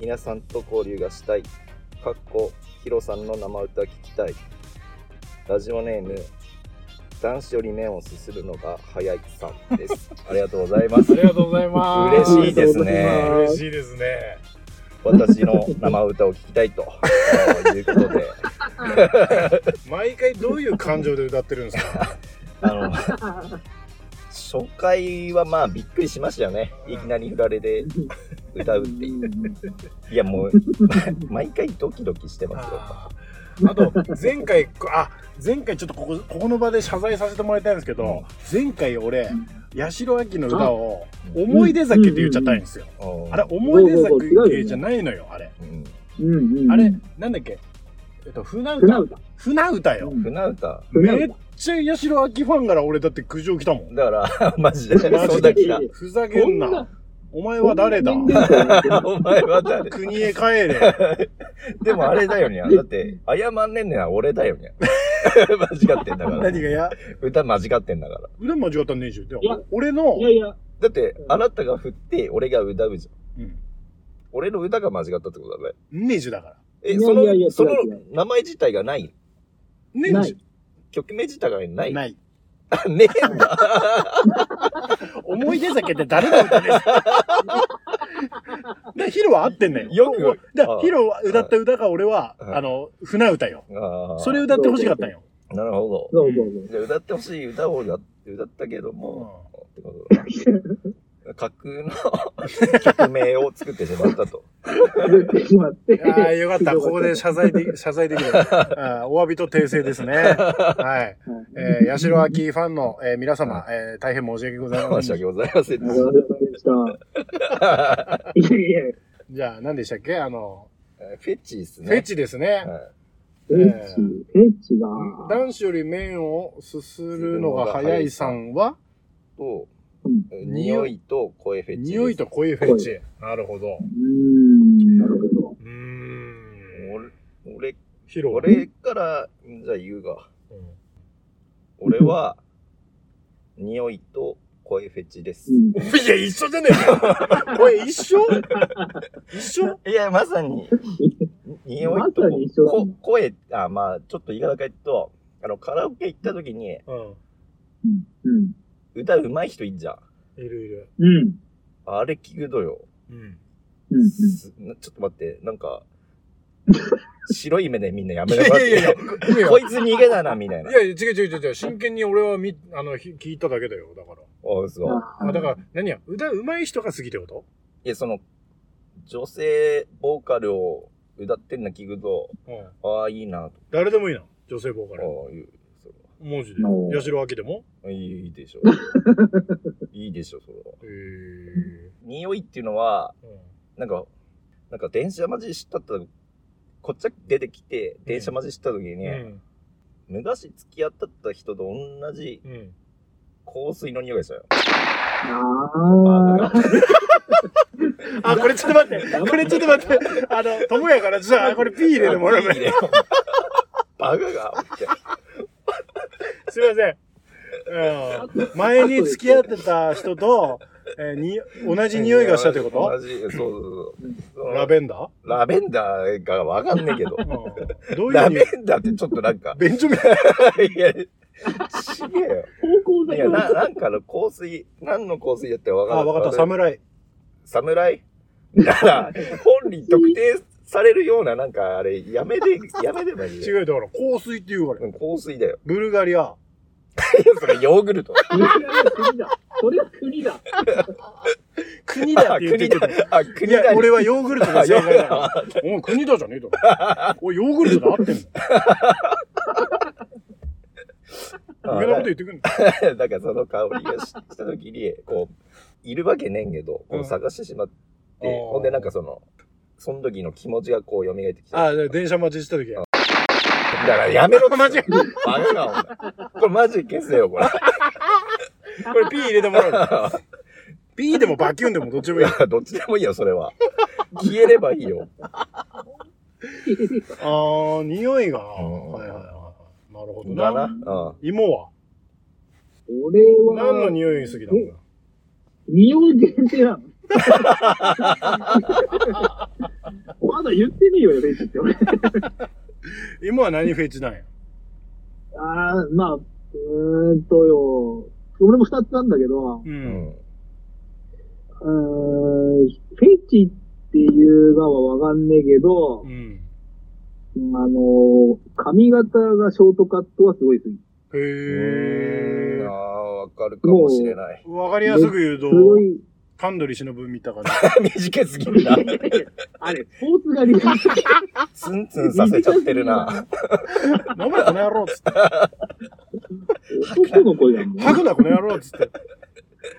皆さんと交流がしたい。かっこ、ヒロさんの生歌聞きたい。ラジオネーム、男子より麺をすするのが早いさん です。ありがとうございますあ。りがとうございます。嬉しいですね嬉しいですね。私の生歌を聞きたいということで、毎回どういう感情で歌ってるんですかあの、初回はまあびっくりしましたよね。いきなり振られで歌うっていう。いやもう、毎回ドキドキしてますよ。あーあと、前回、あ、前回ちょっとここ、ここの場で謝罪させてもらいたいんですけど、前回俺、八代亜紀の歌うを、ん思い出酒って言っちゃったんですよ。うんあれ、思い出酒じゃないのよ、あれ。うんうんうん。あれ、なんだっけえっと、船船歌。歌。船歌よ。うん船歌船歌めっちゃ八代亜紀ファンから俺だって苦情来たもん。だから、 マジで、マジそんなで来た。ふざけんこんなな。お前は誰だこんな人間だ お前は誰国へ帰れ。でもあれだよにゃ。だって、謝んねんね は俺だよにゃ。間違ってんだから。何がや歌間違ってんだから。裏間違ったんねえじゃん。でもいや俺のい、やいや、だってう、んあなたが振って、俺が歌うじゃん。うん俺の歌が間違ったってことだね。ネージュだから。え、いやそのいやいや違う、その違う名前自体がない。ネーなジい。曲名自体がなュ い。ない。あねえんだ。思い出酒って誰の歌ですかでヒロは合ってんだよ。よくおだああヒロは歌った歌が俺は、うんあの、船歌よ。あーそれ歌ってほしかったんよ。なるほそうそうそど。。うじゃあ歌ってほしい歌を歌歌ったけども、ってことだな架空の 曲名を作ってしまったと。出てしまって。ああ、よかった。ここで謝罪で、謝罪できる。ああお詫びと訂正ですね。はい。えー、八代亜紀ファンの、えー皆様、えー大変申し訳ございま申しせん訳。ございませんありがとうございました。いやいや、じゃあ、何でしたっけあの、えーフェチですね。フェチですね。はい聖地、聖地が、男子より麺をすするのが早いさんは、と、うん匂いと声フェチです。匂いと声フェチ。なるほど。うーん、なるほど。うーん。俺、広が俺から、じゃあ言うが、うん俺は、匂いと声フェチです。うん。いや、一緒じゃねえか。これ一緒一緒いや、まさに、匂いとまさに一緒だこ声、あ、まあ、ちょっと言い方変えると、あの、カラオケ行った時に、うん。うん。歌うまい人いんじゃん。いるいる。うん。あれ聞くとよ。うん。うん。すなちょっと待って、なんか、白い目でみんなやめいなやいさやいやい。、いやこいつ逃げだな、みたいな。いやいや、違う違う違う違う、真剣に俺はみ、あの、ひ聞いただけだよ、だから。あ、嘘。あ、だから、何や、歌うまい人が好きってこといや、その、女性ボーカルを歌ってんの聞くと、うん。ああ、いいな、と誰でもいいな、女性ボーカかル。いう、そ文字でお。ー八代亜紀でもれはいいで しょ。いいでしょ、それは。へえ。匂いっていうのは、うんなんか、なんか電車マジしたった、こっち出てきて、電車マジした時に、うん。昔付き合ったった人と同じうん。香水の匂いがしたよ。ああ。あ、これちょっと待って。これちょっと待って。あの、友やから、じ ゃあ、これ P 入れてもらういいねバカが、すいません。うん、前に付き合ってた人と、えーに同じ匂いがしたってこと同じ、そうそうそう。ラベンダラベンダーがわかんねえけど。ー、うん、 どういラう匂ベいンダーってちょっとなんか、ベンジョミンいや、ちげえよ。高校いだや、かなら。なんかの香水、何の香水やってわかるあ、わかった。。侍。侍だから、本人特定されるような、なんかあれ、やめて、やめればいいよ。違う、だから香水って言うから。うん香水だよ。 ブルガリア。いやそれヨーグルト。国だ。それは国だ。国だ って言ってあるけど。国だあ、い国やだ、に。俺はヨーグルトが正解 だから。お前国だじゃねえだろ。おい、ヨーグルトだ合ってんのあ余計なこと言ってくんの だからその香りがした時に、こう、いるわけねんけど、こう探してしまって、うんほんでなんかその、その時の気持ちがこう蘇ってきて、だかあ、電車待ちした時や。らや めろ間違えバカな、お前。これマジ消せ よ、これ。これ P 入れても らう。P でもバキュンでもどっちでもいい。どっちでもいいよ、それは。消えればいいよ。あー、匂いが。んはいはいはい。なるほどだな。な。う。芋は俺は、何の匂いが好きなの匂い限定なの。 まだ言ってねえよ、レイジって俺。芋は何フェチなんやああ、まあ、うーんとよ。俺も二つなんだけど、うん。うんん。うーん、フェチっていうがはわかんねえけど、うん。あの、髪型がショートカットはすごい好き。へああ、わかるかもしれない。ー。わかりやすく言うすごと、い、タンドリ忍見た感じ。 短すぎるな。あれ、スポーツ狩 りだ。ツンツンさせちゃってるな。飲めこの野郎っつって。男の子じゃん。吐 くなこの野郎っつって。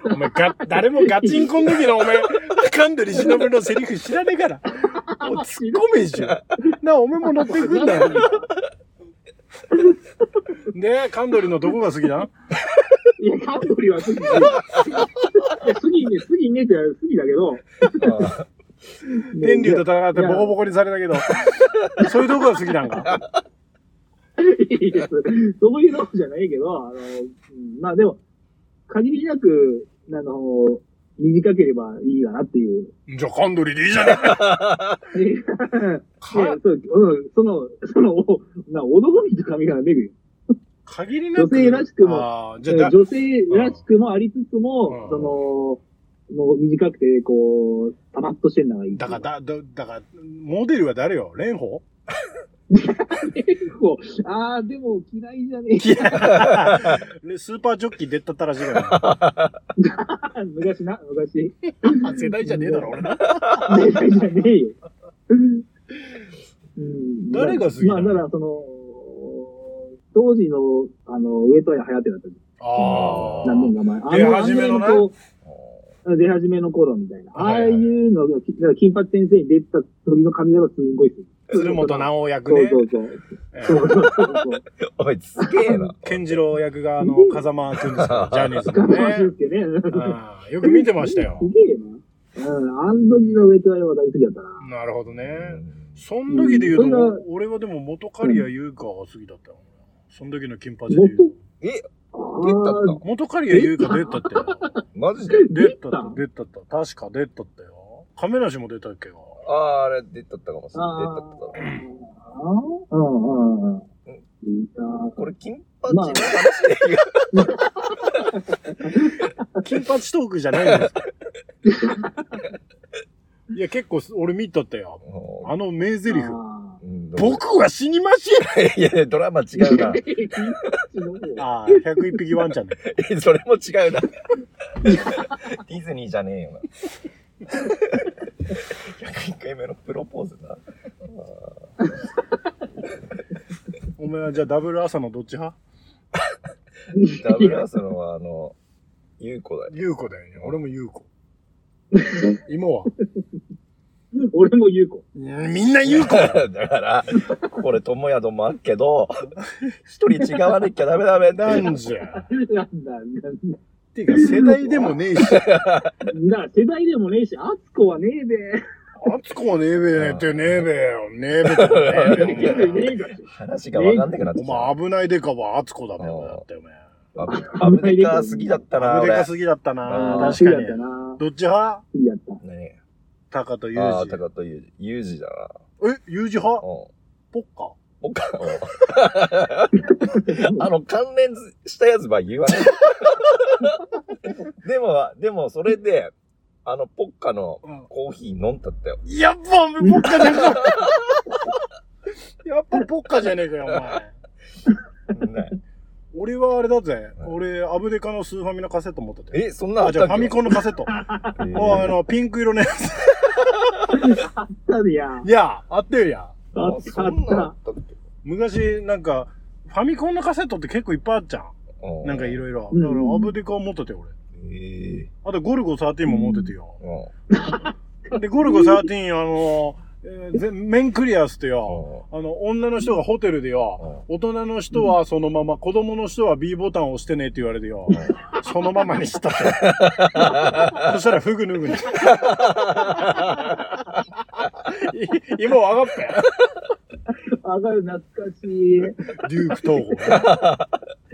お前が、誰もガチンコの時のお前、タンドリ忍のセリフ知らねえから。もう突っ込めじゃん。なあ、お前も乗ってくんだよ。で、カンドリのどこが好きだいや、カントリーは好き。いや、好きね、好きねって好きだけど。天竜と戦ってボコボコにされたけど、そういうとこが好きなんか。いやそういうのじゃないけど、あの、うんまあでも、限りなく、あの、短ければいいかなっていう。じゃあカンドリでいいじゃねえか。いやそう、うん、その、その、おな男にと髪がめぐる。限りなく。女性らしくもあーじゃあだ、女性らしくもありつつも、うんその、もう短くて、こう、パラッとしてんのがいい。だから、だ、だ、だから、モデルは誰よ蓮舫結構、ああ、でも嫌いじゃねえ。でスーパージョッキー出たったらしいから。 昔な、昔。世代じゃねえだろ、俺。世代じゃねえよ。うん 誰が好きなまあ、のだから、その、当時の、あの、上戸谷隼手だった。あ何年か前。あ出始めのねあ辺こう出始めの頃みたいな。あはあいはいいうのが、だから金八先生に出てた時の髪型がすんごい好き。鶴本直夫役そうねそ。うそう。えそうーそう そう。おい、すげえな。健次郎役が、あの、風間くんですか、ジャニーズのガマシねュっ。てね。あーよく見てましたよす。げえな。うん、あの時の上とは大好きやったな。なるほどね。うんそん時で言うと、うんそれが俺はでも元刈谷優香が好きだったよ。そん時の金八で言うと。え、出たあっ元刈谷優香出たってよ。 たマジでー出出たたった、出たった。確か出たったよ。亀梨も出たっけど。ああ、あれ、出たったかもしれない。あ出ーたったか。うんうんうん。いいなこれ、金八の話で言う金八トークじゃないんですか いや、結構す、俺見たったよ。あの名台詞。あうん 僕は死にましいやいや、ドラマ違うな。んああ、101匹ワンちゃんだ。え それも違うな。ディズニーじゃねえよな。101回目のプロポーズな。お前はじゃあダブル朝のどっち派ダブルアスのは、あの、ゆうこだよ。 優子だよね。俺も優 子。芋は俺も言う子。みんな優子だよだから、これ、ともやどもあっけど、一人違わなきゃダメダメだ。男女や。なんだ、なんだ。ていうか世代でもねえし、な世代でもねえし、あつこはねえべ。敦子はねえべねってねえべよ。ねえべとかねえべ人類 ねえが話がわかんなくなっておきた。前危ないでかは敦子だべよ。だってお前。あぶねかすぎだったな、危で俺か。すぎだったな。あー確か好きだったに。な。どっち派好きだった。ね高とえ。ユああ、ージた。かとゆうじ。ゆうじだな。え、ユージう派ん。ポッカおか、うん あの、関連したやつは言わない。 でも、でも、それで、あの、ポッカのうんコーヒー飲んだったよ。やっぱお前ポッカじゃねえかやっぱポッカじゃねえかよ、お前。ね俺はあれだぜ。うん俺、アブデカのスーファミのカセット持ってて。え、そんなあ、じゃあファミン。コンのカ セット。えーおいあの、ピンク色のやつ。ただや。あっいや、あったよりゃ。たあっそんなのあた。ったっけ昔、なんか、ファミコンのカセットって結構いっぱいあっちゃ。うんなんかいろいろ。うんだから、アブデカ持ってて、俺。ええあと、ゴルゴ13も持っててよ。うんで、ゴルゴ13、あの、えーぜ面クリアしてよ。うんあの、女の人がホテルでよ。大人の人はそのまま、子供の人は B ボタンを押してねって言われて よ。そのままに したって。そしたら、フグ脱ぐ に。い今上がったよ。上がる懐かしい。デューク統合。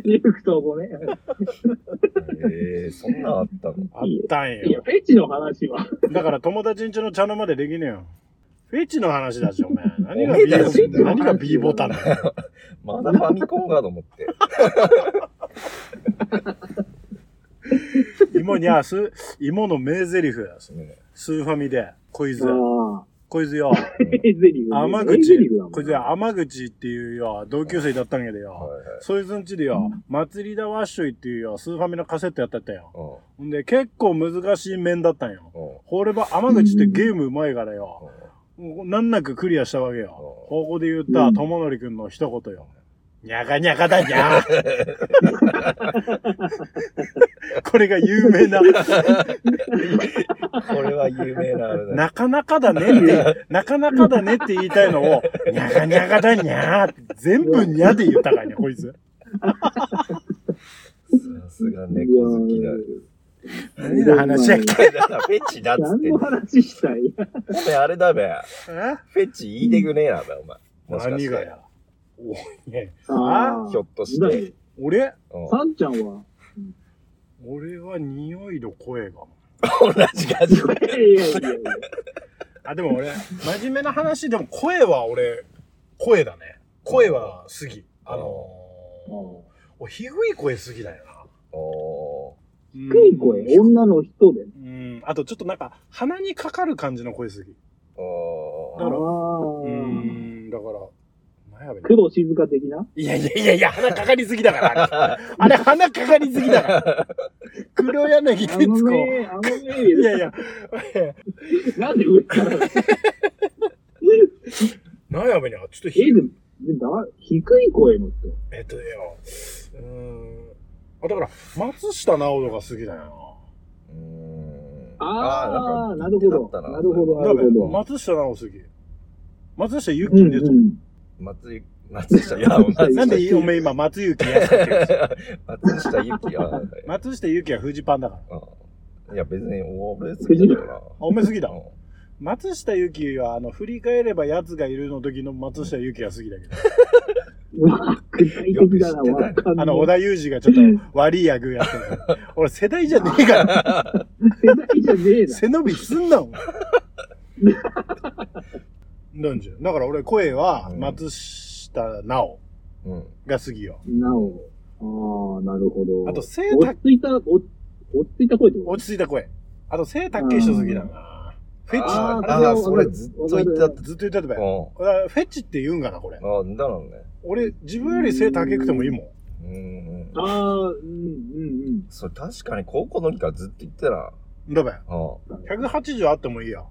リクともね。ええそんなのあったのあったんいや、よ。フェチの話は。だから友達んちの茶の間でできねえよ。フェチの話だし、お前。何おがめえ B だよボタン、何が B ボタンだよ。まだファミコンかと思って。芋にゃ、す、芋の名台詞や。ねスーファミで、こいつ、あこいつうよ。んあ。ゼリフ。甘ゼ口リフだも、んこいつよ、甘口っていうよ、同級生だったんやではいよ。はいそいつんちでよ、祭りだわっしょいっていうよ、スーファミのカセットやってたよ。うんほんで、結構難しい面だったんよ。うんほれば、甘口ってゲームうまいからよ。うんもう難なくクリアしたわけよ。うんここで言った、とものりくんの一言よ。にゃかにゃかだにゃー これが有名な、これは有名なあれだよ。なかなかだねって、なかなかだねって言いたいのを、にゃかにゃかだにゃーって、全部にゃで言ったからね、こいつ。さすが猫好きだ。何の話やっけだからフェチだっつっ何てんのの。話したいおめえあれだべ。えフェチ言いでくねえなべ、お前。もしか何しがて。や。おいね、あひょっとしだて。よ俺うんサンちゃんは。 俺は匂いの声が。同じ感じ。いやいやいやいや。あ、でも俺、真面目な話、でも声は俺、声だね。声は好き。あのー、お、ひぐい声好きだよな。おー低い声、女の人で。うん。あとちょっとなんか、鼻にかかる感じの声好き。おだーかあらうあ。ん、だから、なんやべね工藤静香的ないやいやいやいや、鼻かかりすぎだ から。あれ、あれ鼻かかりすぎだから。黒柳あ徹の子。ね、あのいね、やいや、なんで上から。なんやべね、ちょっとひえ、でも、でもだ低い声の人。えっとよ、うーん。あ、だから、松下直人が好きだようーんあーーなるほどだったなるほどな。だべ、なるほど松下直人好き。松下ゆきうでんす、うん。松井、松下、いや、松下なんでおめえ今、松ゆきやって言うんですか松下ゆきは、はい松下ゆきはフジパンだから。うんいや、別に俺好きだから。おめえ好きだう。ん松下ゆきは、あの、振り返れば奴がいるの時の松下ゆきが好きだけど。うわ具体的だな、よく知わってかんない。あの、織田裕二がちょっと悪い役やってるから。俺、世代じゃねえから。世代じゃねえな。背伸びすんな、お前なんじゃ。だから俺、声は、松下奈緒うん。が好きよ。なお。ああ、なるほど。あと、背落たち、着いた、お落ち着いた声ってこと落ち着いた声。あと、背高い人好きだな。フェチ、あーああー、それずっと言ってたって。ずっと言ってたべう。ん。これフェチって言うんかな、これ。ああ、だろうね。俺、自分より背高くてもいいもん。うんうん。ああ、うん、うん、うん。それ確かに高校の時からずっと言ってたな。だべ。う180あってもいいや。ん。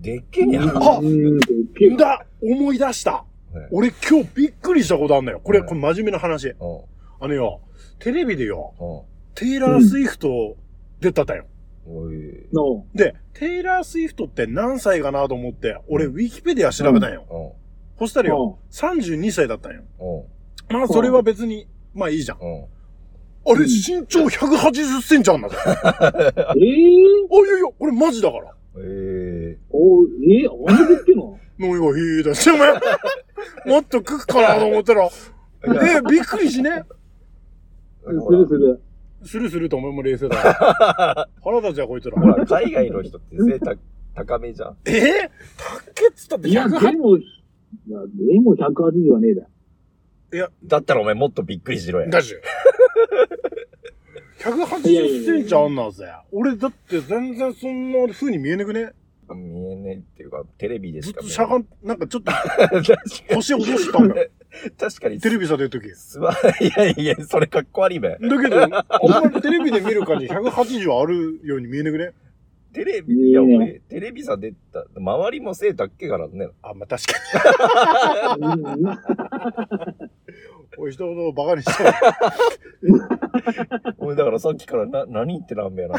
でっけえにゃ。ねあうん、でっけえだ思い出した俺今日びっくりしたことあんのよ。これ、うんこれ真面目な話。うん。あのよ、テレビでよ、うん。テイラー・スウィフト出たったよ。おい。の。で、テイラー・スウィフトって何歳かなと思って、俺ウィキペディア調べたんよ。うん。そしたらよ、うん32歳だったんよ。うん。まあそれは別に、まあいいじゃん。うん。あれ、うん身長180センチあんだぞ。あ、ええいやいや、俺マジだから。ええ。おえー、あれでっけえ のもう今、ひーだして、お前、もっと食っかなと思ったら、いえ、びっくりしね。するする。するするとお前も冷静だな。腹立つや、こいつら。ほら、海外の人って背た高めじゃん。えー、たっけっつったっていや、で180。も、いや、でも180はね えだ。だったらお前もっとびっくりしろや。だし。180センチあんなぜ。俺だって全然そんな風に見えなくね見えねえっていうか、テレビでずっしかと見えしなゃい。がん、なんかちょっと確かに腰落としたんだよ。確かに。テレビさ出るとき。だすま、いやいや、それかっこ悪いべ。けど、あんまりテレビで見る感じ180あるように見えなくねテレビ、いや、いいね俺、テレビさ出た、周りも背だっけからね。あ、まあ確かに。うんうん、おい、人のことをバカにしてる。俺、だからさっきからな、何言ってなんべやな。あ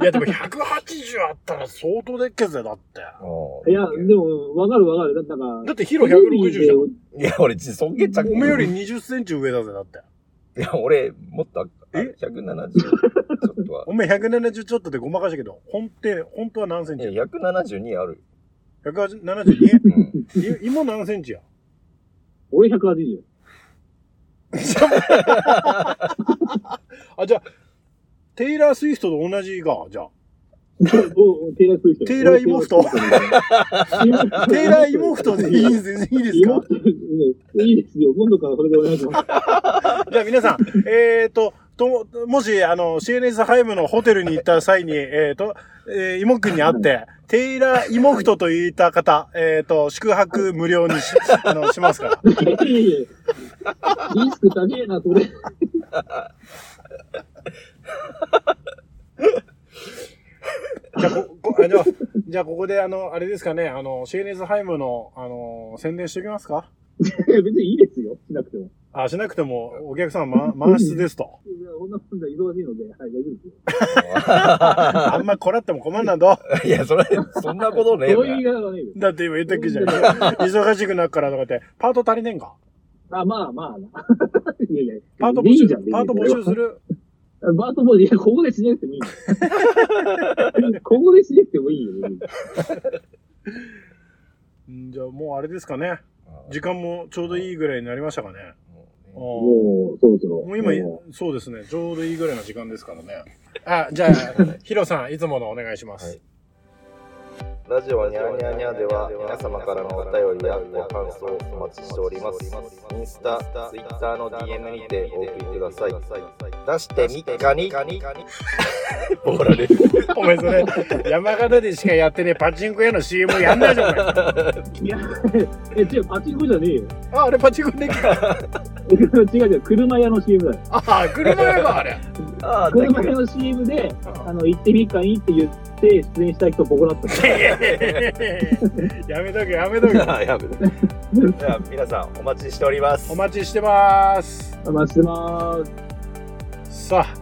いや、でも180あったら相当でっけぜ、だって。あいや、でも、わかるわかる。だから、だってヒロ160じゃん。いや、俺、ちそんげちゃくおめより20センチ上だぜ、だって。いや、俺、もっとあった、え170、ちょっ とは。おめえ170ちょっとでごまかしたけど、本って、本当は何センいチや、172ある。 ?172? うん。い芋何センチや 俺180。あ、じゃあ、テイラー・スウィフトと同じが、じゃあ。おおテイラー・スウィフト。テイラーイモフトテイラー・イモフトでいいいん です、いいですいかいいですよ。今度からそれでお願いします。じゃあ皆さん、えーと、と、もし、あの、CNS ハイムのホテルに行った際に、えーと、えー、イモくんに会って、テイラー・イモフトと言った方、えーと、宿泊無料にし、 あの、しますから。 いやいやいやリスク高えな、それ。 じゃあ、こ、こあじゃあ、じゃあここで、あの、あれですかね、あの、CNS ハイムの、あの、宣伝しておきますか別にいいですよ。しなくても。あ、しなくても、お客さん、ま、満室ですと。いや、こんなもんが忙しいので、はい、大丈夫ですよ。あんまこらっても困んなんだ。いや、それ、そん なことねえそうべいう言い方はねえよ。 だって今言ったっけじゃん。忙しくなっからとかって、パート足りねえんかあ、まあまあな。 いやいや。パートい募い集じゃん、、パート募集する。る。パート募集、いや、ここでしなくてもい いよ。ここでしなくてもいいよ。んじゃあもうあれですかね。うん時間もちょうどいいぐらいになりましたかね。うんももう、そろそろ。う今も、そうですね。ちょうどいいぐらいの時間ですからね。あ、 じゃあ、ヒロさん、いつものお願いします。はいラジオニャーニャーニャーでは皆様からのお便りやご感想をお待ちしております。インスタ、ツイッターの DM にてお送りください。出して3日に。 ボラれる。お前そ れ、山形でしかやってねえパチンコ屋の CM やんないじゃん、お前。いや、え、違う、パチンコじゃねえよ。 あ、あれパチンコできた。違う違う、車屋の CM だよ。あ、車屋か、あれ。ああ、車屋の CM で、あの、行ってみっかいって言って、出演した人、ここだった の。やめとけ、やめとけ。 やべじゃあ皆さんお待ちしております。お待ちしてます。お待ちしてまーす。さあ、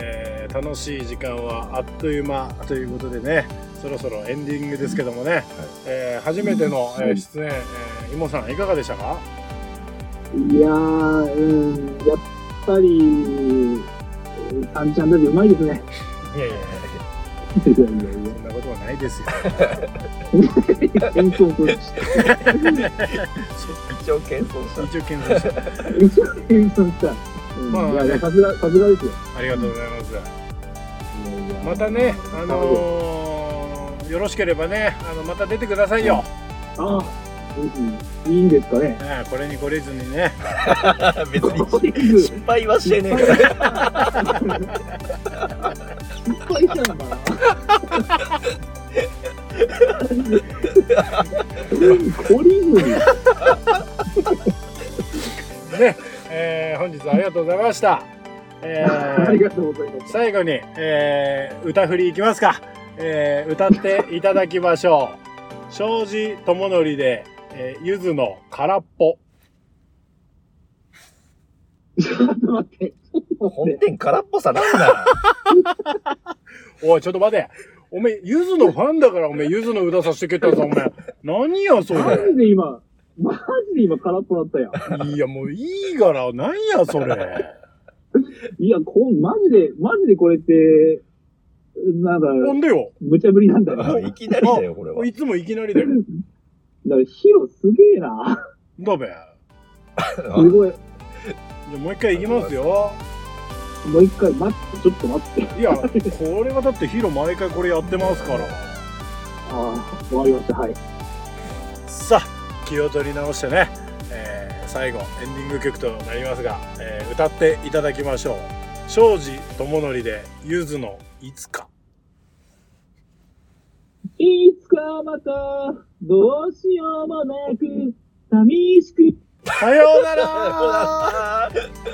えー楽しい時間はあっという間ということでね、そろそろエンディングですけどもね、えー初めての、えー出演、えー、イモさんいかがでしたかいやー、うん、やっぱり、タンチャンダビうまいですね。いやいやいやいやいや いやそんなことはないですよ謙遜する一応謙遜した。一応検査し て一応謙遜した。うんまあいやいや、さすが、さすがですよ。ありがとうございますいやいやまたねあのー、よろしければねあのまた出てくださいよ、ああ、うんいいんですかね。ねこれに懲りずにね別これに行く失敗はしてねえから。失敗したんだな。コリングに。あね、えー本日はありがとうございました、 えーりがとうございます。最後に、えー歌振りいきますか、えー歌っていただきましょう 庄司智則で、えー、ゆずの空っぽちょっと待って。本店空っぽさなんだ。おいちょっと待ておめえゆずのファンだからおめえゆずの歌させてけたぞおめえ何やそマれジで今、マジで今空っぽだったやん。いやもういいからなんやそれいや、こん、マジで、マジでこれって、なんか、ほんでよ無茶ぶりなんだよ。だか もういきなりだよ、これは。いつもいきなりだよら、ヒロすげえな。どうべじゃすごあい。もう一回いきますよもう一回、待って、ちょっと待って。いやこれはだってヒロ毎回これやってますからああ、わかりました。はい。さあ気を取り直してね、えー最後エンディング曲となりますが、えー歌っていただきましょう庄司智則で「ゆずのいつかいつかまた、どうしようもなく、寂しく、」さようならあー